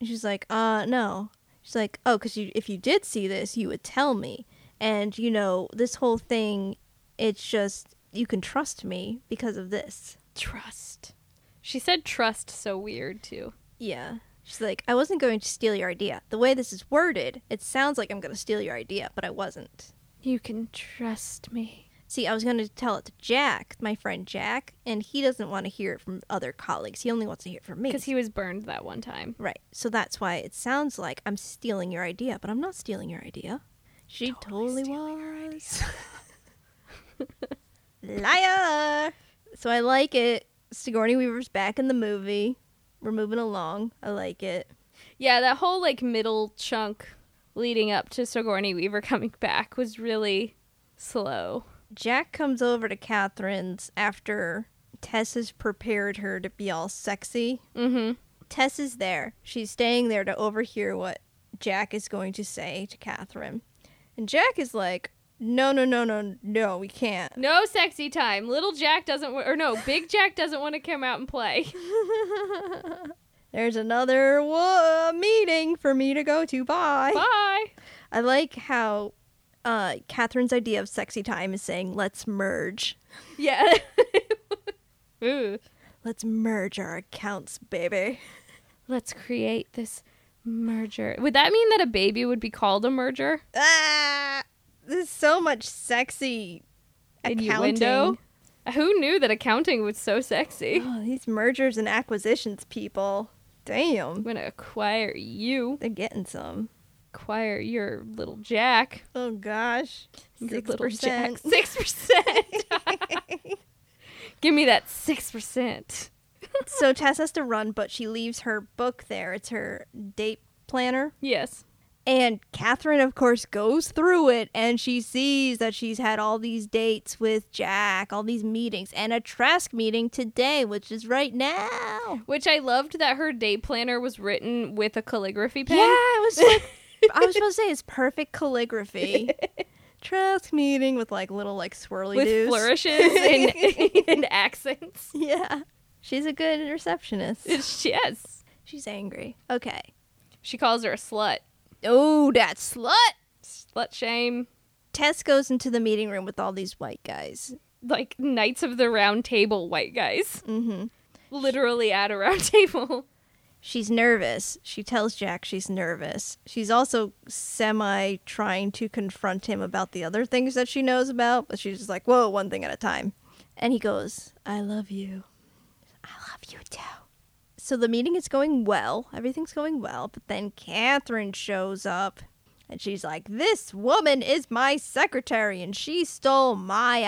[SPEAKER 2] And she's like, "Uh, no." She's like, "Oh, because you, if you did see this, you would tell me." And you know, this whole thing, it's just you can trust me because of this.
[SPEAKER 1] Trust. She said trust so weird too.
[SPEAKER 2] Yeah. She's like, "I wasn't going to steal your idea. The way this is worded, it sounds like I'm going to steal your idea, but I wasn't."
[SPEAKER 1] You can trust me.
[SPEAKER 2] See, I was going to tell it to Jack, my friend Jack, and he doesn't want to hear it from other colleagues. He only wants to hear it from me.
[SPEAKER 1] Because he was burned that one time.
[SPEAKER 2] Right. So that's why it sounds like I'm stealing your idea, but I'm not stealing your idea. She totally, was. *laughs* Liar. So I like it. Sigourney Weaver's back in the movie. We're moving along. I like it.
[SPEAKER 1] Yeah, that whole like middle chunk leading up to Sigourney Weaver coming back was really slow.
[SPEAKER 2] Jack comes over to Catherine's after Tess has prepared her to be all sexy.
[SPEAKER 1] Mm-hmm.
[SPEAKER 2] Tess is there. She's staying there to overhear what Jack is going to say to Catherine. And Jack is like, no, no, no, no, no, we can't.
[SPEAKER 1] No sexy time. Little Jack doesn't, wa- or no, Big Jack doesn't want to come out and play. *laughs*
[SPEAKER 2] There's another wo- uh, meeting for me to go to. Bye.
[SPEAKER 1] Bye.
[SPEAKER 2] I like how uh, Catherine's idea of sexy time is saying, let's merge.
[SPEAKER 1] Yeah. *laughs* Ooh.
[SPEAKER 2] Let's merge our accounts, baby.
[SPEAKER 1] let's create this merger. Would that mean that a baby would be called a merger?
[SPEAKER 2] Ah, there's so much sexy accounting.
[SPEAKER 1] Innuendo? Who knew that accounting was so sexy?
[SPEAKER 2] Oh, these mergers and acquisitions people.
[SPEAKER 1] I'm
[SPEAKER 2] Damn.
[SPEAKER 1] gonna acquire you.
[SPEAKER 2] They're getting some.
[SPEAKER 1] Acquire your little Jack.
[SPEAKER 2] Oh gosh.
[SPEAKER 1] Your
[SPEAKER 2] Six
[SPEAKER 1] little Jack.
[SPEAKER 2] percent.
[SPEAKER 1] *laughs* Six percent. *laughs* Give me that six percent.
[SPEAKER 2] *laughs* so Tess has to run, but she leaves her book there. It's her date planner.
[SPEAKER 1] Yes.
[SPEAKER 2] And Catherine, of course, goes through it and she sees that she's had all these dates with Jack, all these meetings, and a Trask meeting today, which is right now.
[SPEAKER 1] Which I loved that her day planner was written with a calligraphy pen.
[SPEAKER 2] Yeah, I was *laughs* like, I was supposed to say it's perfect *laughs* calligraphy. Trask meeting with like little like
[SPEAKER 1] *laughs*
[SPEAKER 2] swirly
[SPEAKER 1] with
[SPEAKER 2] doos.
[SPEAKER 1] flourishes and, and accents. *laughs*
[SPEAKER 2] *laughs* Yeah. She's a good receptionist.
[SPEAKER 1] It's, yes.
[SPEAKER 2] She's angry. Okay.
[SPEAKER 1] She calls her a slut.
[SPEAKER 2] Oh, that slut.
[SPEAKER 1] Slut shame.
[SPEAKER 2] Tess goes into the meeting room with all these white guys.
[SPEAKER 1] Like Knights of the Round Table white guys. *laughs*
[SPEAKER 2] Mm-hmm.
[SPEAKER 1] Literally at a round *laughs* table.
[SPEAKER 2] She's nervous. She tells Jack she's nervous. She's also semi trying to confront him about the other things that she knows about, but she's just like, whoa, one thing at a time. And he goes, I love you. I love you too. So the meeting is going well. Everything's going well. But then Catherine shows up and she's like, This woman is my secretary and she stole my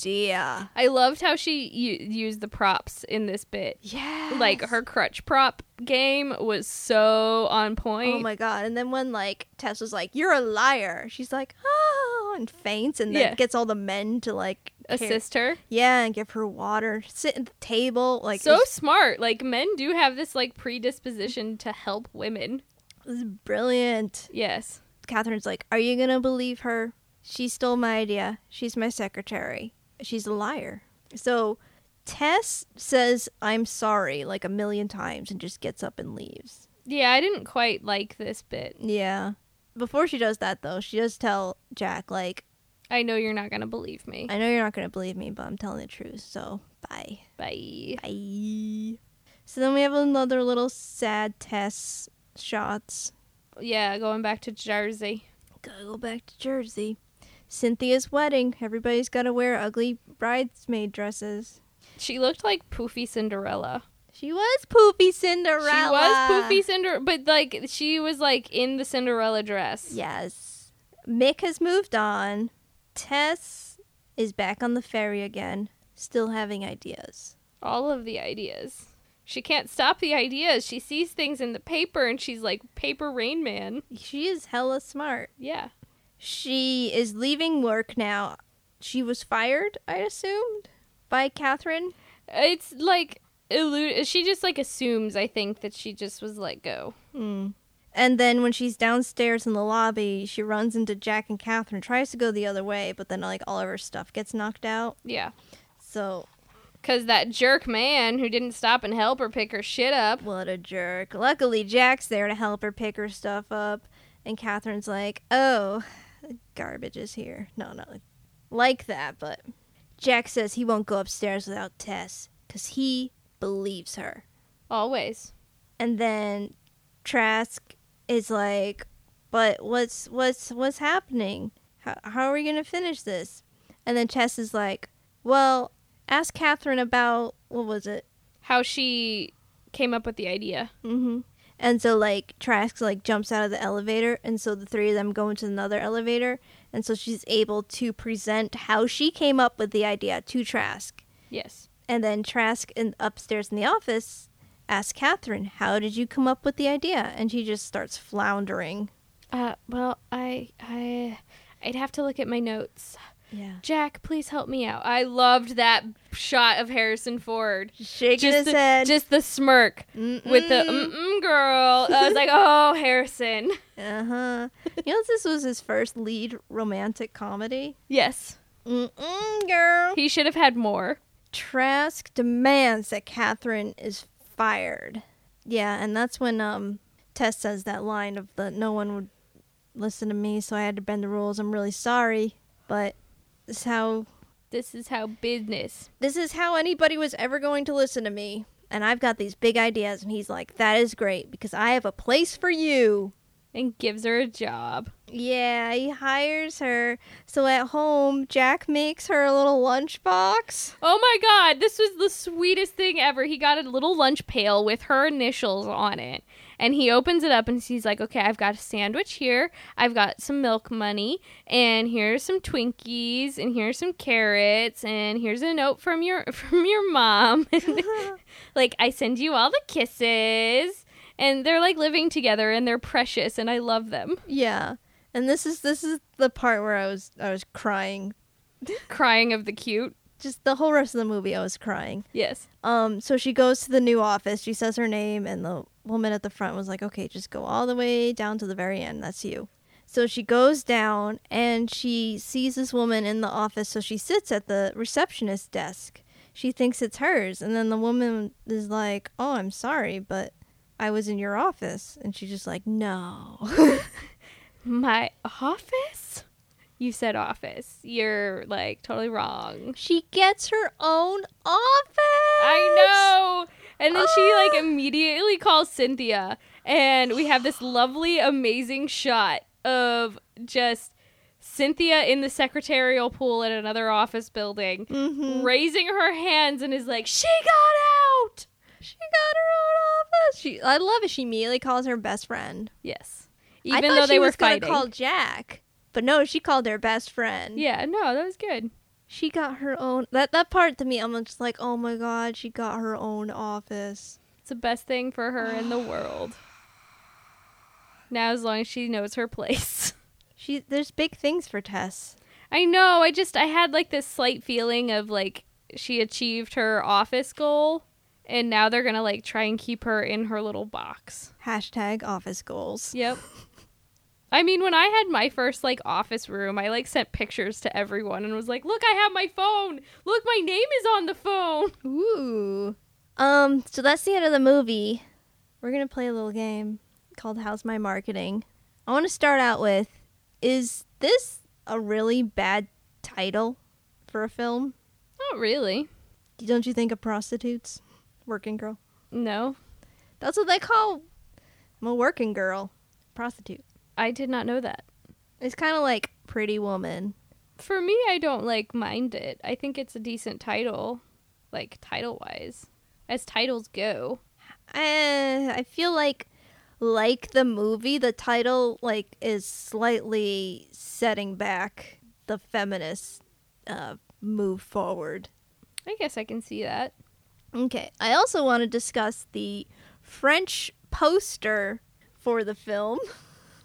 [SPEAKER 2] idea.
[SPEAKER 1] I loved how she u- used the props in this bit.
[SPEAKER 2] Yeah.
[SPEAKER 1] Like her crutch prop game was so on point.
[SPEAKER 2] Oh my god! And then when like Tess was like, "You're a liar," she's like, "Oh," and faints, and then
[SPEAKER 1] Yeah.
[SPEAKER 2] gets all the men to like care-
[SPEAKER 1] Assist her.
[SPEAKER 2] Yeah, and give her water. Sit at the table, like
[SPEAKER 1] so
[SPEAKER 2] it's-
[SPEAKER 1] smart. Like men do have this like predisposition to help women.
[SPEAKER 2] this is brilliant.
[SPEAKER 1] Yes.
[SPEAKER 2] Catherine's like, "Are you gonna believe her? She stole my idea. She's my secretary. She's a liar." So Tess says, "I'm sorry," like a million times, and just gets up and leaves.
[SPEAKER 1] Yeah, I didn't quite like this bit.
[SPEAKER 2] Yeah. Before she does that, though, she does tell Jack, like,
[SPEAKER 1] I know you're not gonna believe me.
[SPEAKER 2] I know you're not going to believe me, but I'm telling the truth. So bye.
[SPEAKER 1] Bye.
[SPEAKER 2] Bye. So then we have another little sad Tess shots.
[SPEAKER 1] Yeah, going back to Jersey.
[SPEAKER 2] Gotta go back to Jersey. Cynthia's wedding. Everybody's got to wear ugly bridesmaid dresses.
[SPEAKER 1] She looked like poofy Cinderella.
[SPEAKER 2] She was poopy Cinderella.
[SPEAKER 1] She was poofy Cinderella, but like she was like in the Cinderella dress.
[SPEAKER 2] Yes. Mick has moved on. Tess is back on the ferry again, still having ideas.
[SPEAKER 1] all of the ideas. She can't stop the ideas. She sees things in the paper and she's like, Paper Rain Man.
[SPEAKER 2] She is hella smart.
[SPEAKER 1] Yeah.
[SPEAKER 2] She is leaving work now. She was fired, I assumed, by Catherine.
[SPEAKER 1] It's like, illu- she just like assumes, I think, that she just was let go.
[SPEAKER 2] And then when she's downstairs in the lobby, she runs into Jack and Catherine, tries to go the other way, but then like all of her stuff gets knocked out.
[SPEAKER 1] Yeah.
[SPEAKER 2] So
[SPEAKER 1] Because that jerk man who didn't stop and help her pick her shit up.
[SPEAKER 2] what a jerk. Luckily, Jack's there to help her pick her stuff up, and Catherine's like, "Oh, garbage is here." No, no, like that. But Jack says he won't go upstairs without Tess because he believes her.
[SPEAKER 1] Always.
[SPEAKER 2] and then Trask is like, "But what's what's what's happening? How how are we gonna finish this?" And then Tess is like, "Well, ask Catherine about what was it?"
[SPEAKER 1] How she came up with the idea.
[SPEAKER 2] Mm-hmm. And so like Trask like jumps out of the elevator, and so the three of them go into another elevator, and so she's able to present how she came up with the idea to Trask.
[SPEAKER 1] Yes.
[SPEAKER 2] And then Trask in, upstairs in the office asks Catherine, How did you come up with the idea? And she just starts floundering.
[SPEAKER 1] Uh, well, I, I, I'd have to look at my notes.
[SPEAKER 2] Yeah.
[SPEAKER 1] Jack, please help me out. I loved that shot of Harrison Ford.
[SPEAKER 2] Shaking
[SPEAKER 1] just
[SPEAKER 2] his
[SPEAKER 1] the,
[SPEAKER 2] head.
[SPEAKER 1] just the smirk with the mm. mm-mm girl. I was like, oh, Harrison.
[SPEAKER 2] uh huh. you know, this was his first lead romantic comedy.
[SPEAKER 1] Yes,
[SPEAKER 2] Mm-mm, girl.
[SPEAKER 1] he should have had more.
[SPEAKER 2] Trask demands that Catherine is fired. Yeah, and that's when um Tess says that line of the no one would listen to me, so I had to bend the rules. I'm really sorry, but this is how
[SPEAKER 1] This is how business.
[SPEAKER 2] this is how anybody was ever going to listen to me. And I've got these big ideas. And he's like, that is great because I have a place for you.
[SPEAKER 1] And gives her a job.
[SPEAKER 2] Yeah, he hires her. So at home, Jack makes her a little lunchbox. *laughs*
[SPEAKER 1] Oh my god, this was the sweetest thing ever. He got a little lunch pail with her initials on it. And he opens it up and he's like, okay, I've got a sandwich here. I've got some milk money. And here's some Twinkies. And here's some carrots. And here's a note from your *laughs* from your mom. *laughs*
[SPEAKER 2] *laughs*
[SPEAKER 1] like, I send you all the kisses. And they're like living together and they're precious and I love them. *laughs*
[SPEAKER 2] Yeah. And this is this is the part where I was I was crying.
[SPEAKER 1] Crying of the cute.
[SPEAKER 2] Just the whole rest of the movie I was crying.
[SPEAKER 1] Yes.
[SPEAKER 2] Um so she goes to the new office. She says her name and the woman at the front was like, "Okay, just go all the way down to the very end. That's you." So she goes down and she sees this woman in the office. So she sits at the receptionist desk. She thinks it's hers. And then the woman is like, "Oh, I'm sorry, but I was in your office." And she's just like, "No." *laughs*
[SPEAKER 1] My office? You said office. You're like totally wrong.
[SPEAKER 2] She gets her own office.
[SPEAKER 1] I know. And then she
[SPEAKER 2] Ah!
[SPEAKER 1] like immediately calls Cynthia and we have this lovely amazing shot of just Cynthia in the secretarial pool at another office building
[SPEAKER 2] Mhm.
[SPEAKER 1] raising her hands and is like, "She got out."
[SPEAKER 2] She got her own office. She, I love it. She immediately calls her best friend,
[SPEAKER 1] Yes.
[SPEAKER 2] I
[SPEAKER 1] Even
[SPEAKER 2] thought
[SPEAKER 1] though they
[SPEAKER 2] she
[SPEAKER 1] were
[SPEAKER 2] was gonna
[SPEAKER 1] fighting.
[SPEAKER 2] Call Jack, but no, she called her best friend.
[SPEAKER 1] yeah, no, that was good.
[SPEAKER 2] she got her own. That that part to me, I'm just like, oh my god, she got her own office.
[SPEAKER 1] It's the best thing for her in the *sighs* world. Now, as long as she knows her place. *laughs*
[SPEAKER 2] She there's big things for Tess.
[SPEAKER 1] I know. I just I had like this slight feeling of like she achieved her office goal and now they're going to like try and keep her in her little box.
[SPEAKER 2] Hashtag office goals.
[SPEAKER 1] *laughs* Yep. I mean, when I had my first like office room, I like sent pictures to everyone and was like, "Look, I have my phone. Look, my name is on the phone."
[SPEAKER 2] Ooh. Um. So that's the end of the movie. We're gonna play a little game called "How's My Marketing." I want to start out with: Is this a really bad title for a film?
[SPEAKER 1] Not really.
[SPEAKER 2] Don't you think of prostitutes? Working girl.
[SPEAKER 1] No.
[SPEAKER 2] That's what they call. I'm a working girl. Prostitute.
[SPEAKER 1] I did not know that.
[SPEAKER 2] It's kind of like Pretty Woman.
[SPEAKER 1] For me, I don't like mind it. I think it's a decent title, like title-wise. As titles go.
[SPEAKER 2] Eh, I feel like, like the movie, the title like is slightly setting back the feminist uh, move forward.
[SPEAKER 1] I guess I can see that.
[SPEAKER 2] Okay. I also want to discuss the French poster for the film. *laughs*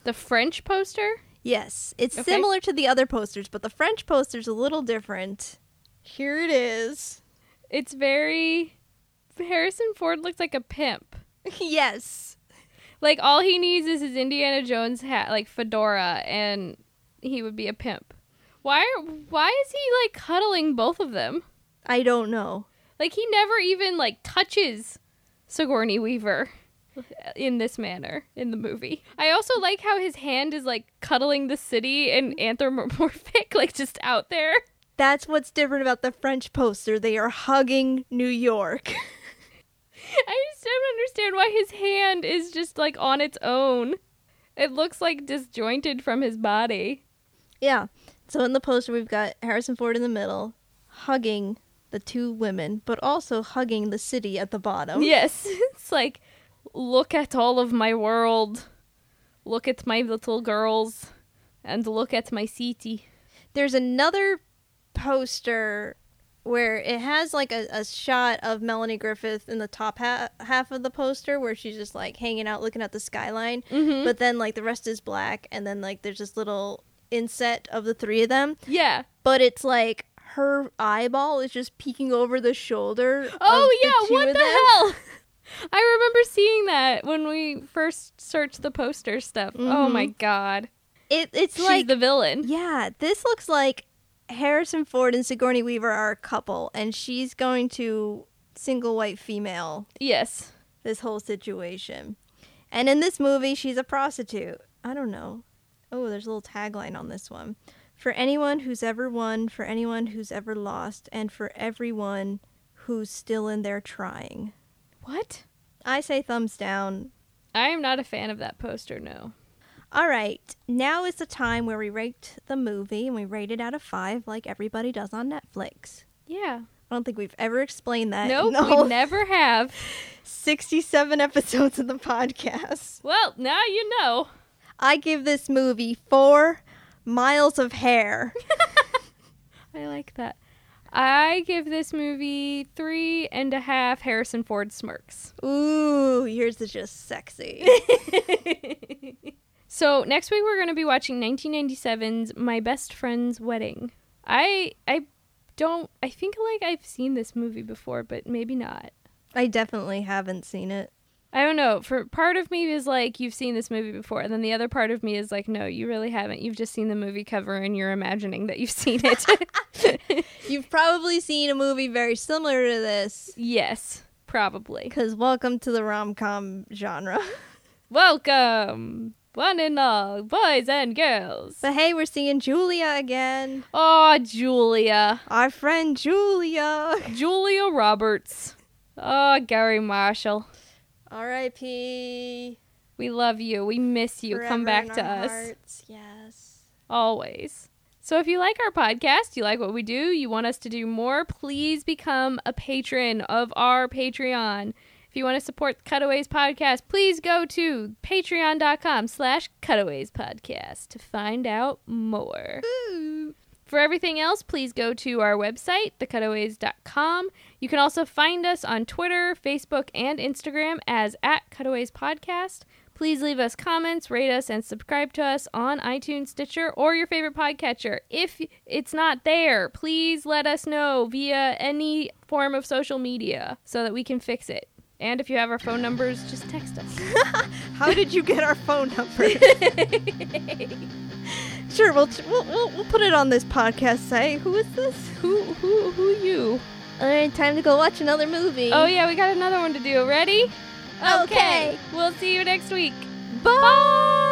[SPEAKER 1] The French poster?
[SPEAKER 2] Yes, it's
[SPEAKER 1] Okay.
[SPEAKER 2] similar to the other posters, but the French poster's a little different. Here it is. *laughs*
[SPEAKER 1] It's very Harrison Ford looks like a pimp.
[SPEAKER 2] yes.
[SPEAKER 1] Like all he needs is his Indiana Jones hat, like fedora, and he would be a pimp. Why are why is he like cuddling both of them?
[SPEAKER 2] I don't know.
[SPEAKER 1] Like he never even like touches Sigourney Weaver in this manner in the movie. I also like how his hand is like cuddling the city and anthropomorphic, like just out there. *laughs*
[SPEAKER 2] That's what's different about the French poster. They are hugging New York. *laughs*
[SPEAKER 1] I just don't understand why his hand is just like on its own. It looks like disjointed from his body.
[SPEAKER 2] yeah. So in the poster, we've got Harrison Ford in the middle, hugging the two women, but also hugging the city at the bottom.
[SPEAKER 1] Yes, *laughs* it's like, look at all of my world, look at my little girls, and look at my city.
[SPEAKER 2] There's another poster where it has like a, a shot of Melanie Griffith in the top ha- half of the poster where she's just like hanging out looking at the skyline.
[SPEAKER 1] Mm-hmm. But
[SPEAKER 2] But then like the rest is black, and then like there's this little inset of the three of them.
[SPEAKER 1] yeah.
[SPEAKER 2] but it's like her eyeball is just peeking over the shoulder.
[SPEAKER 1] Oh
[SPEAKER 2] of the two
[SPEAKER 1] yeah. What
[SPEAKER 2] of
[SPEAKER 1] the
[SPEAKER 2] them.
[SPEAKER 1] hell? *laughs* I remember seeing that when we first searched the poster stuff. Oh
[SPEAKER 2] Mhm.
[SPEAKER 1] my god.
[SPEAKER 2] It it's
[SPEAKER 1] She's
[SPEAKER 2] like
[SPEAKER 1] the villain.
[SPEAKER 2] yeah, this looks like Harrison Ford and Sigourney Weaver are a couple, and she's going to single white female
[SPEAKER 1] Yes.
[SPEAKER 2] this whole situation. And in this movie, she's a prostitute. I don't know. Oh, there's a little tagline on this one. For anyone who's ever won, for anyone who's ever lost, and for everyone who's still in there trying.
[SPEAKER 1] What?
[SPEAKER 2] I say thumbs down.
[SPEAKER 1] I am not a fan of that poster. No.
[SPEAKER 2] All right, now is the time where we rate the movie and we rate it out of five, like everybody does on Netflix.
[SPEAKER 1] Yeah.
[SPEAKER 2] I don't think we've ever explained that.
[SPEAKER 1] Nope, *laughs*
[SPEAKER 2] in the
[SPEAKER 1] we
[SPEAKER 2] whole
[SPEAKER 1] never have.
[SPEAKER 2] 67 episodes of the podcast.
[SPEAKER 1] Well, now you know.
[SPEAKER 2] I give this movie four miles of hair.
[SPEAKER 1] I like that. I give this movie three and a half Harrison Ford smirks.
[SPEAKER 2] Ooh, yours is just sexy.
[SPEAKER 1] So next week we're going to be watching 1997's My Best Friend's Wedding. I I don't I think like I've seen this movie before, but maybe not.
[SPEAKER 2] I definitely haven't seen it.
[SPEAKER 1] I don't know. For part of me is like you've seen this movie before, and then the other part of me is like no, you really haven't. You've just seen the movie cover and you're imagining that you've seen it.
[SPEAKER 2] You've probably seen a movie very similar to this.
[SPEAKER 1] yes, probably.
[SPEAKER 2] Because welcome to the rom com genre. *laughs*
[SPEAKER 1] Welcome, one and all, boys and girls.
[SPEAKER 2] But hey, we're seeing Julia again.
[SPEAKER 1] Oh, Julia.
[SPEAKER 2] Our friend Julia.
[SPEAKER 1] Julia Roberts. Oh, Gary Marshall.
[SPEAKER 2] R.I.P.
[SPEAKER 1] We love you. We miss you. Come
[SPEAKER 2] Forever
[SPEAKER 1] back
[SPEAKER 2] in
[SPEAKER 1] to
[SPEAKER 2] our
[SPEAKER 1] us
[SPEAKER 2] hearts. Yes.
[SPEAKER 1] always. So if you like our podcast, you like what we do, you want us to do more, please become a patron of our Patreon. If you want to support Cutaways Podcast, please go to patreon.com slash cutaways podcast to find out more. For everything else, please go to our website, thecutaways.com. You can also find us on Twitter, Facebook, and Instagram as at Cutaways Podcast. Please leave us comments, rate us, and subscribe to us on iTunes, Stitcher, or your favorite podcatcher. If it's not there, please let us know via any form of social media so that we can fix it. And if you have our phone numbers, just text us.
[SPEAKER 2] How did you get our phone *laughs* number? sure, we'll, we'll, we'll, we'll put it on this podcast site. Who is this?
[SPEAKER 1] who, who, who you?
[SPEAKER 2] All right, time to go watch another movie.
[SPEAKER 1] Oh, yeah, we got another one to do. Ready?
[SPEAKER 2] Okay.
[SPEAKER 1] We'll see you next week. Bye.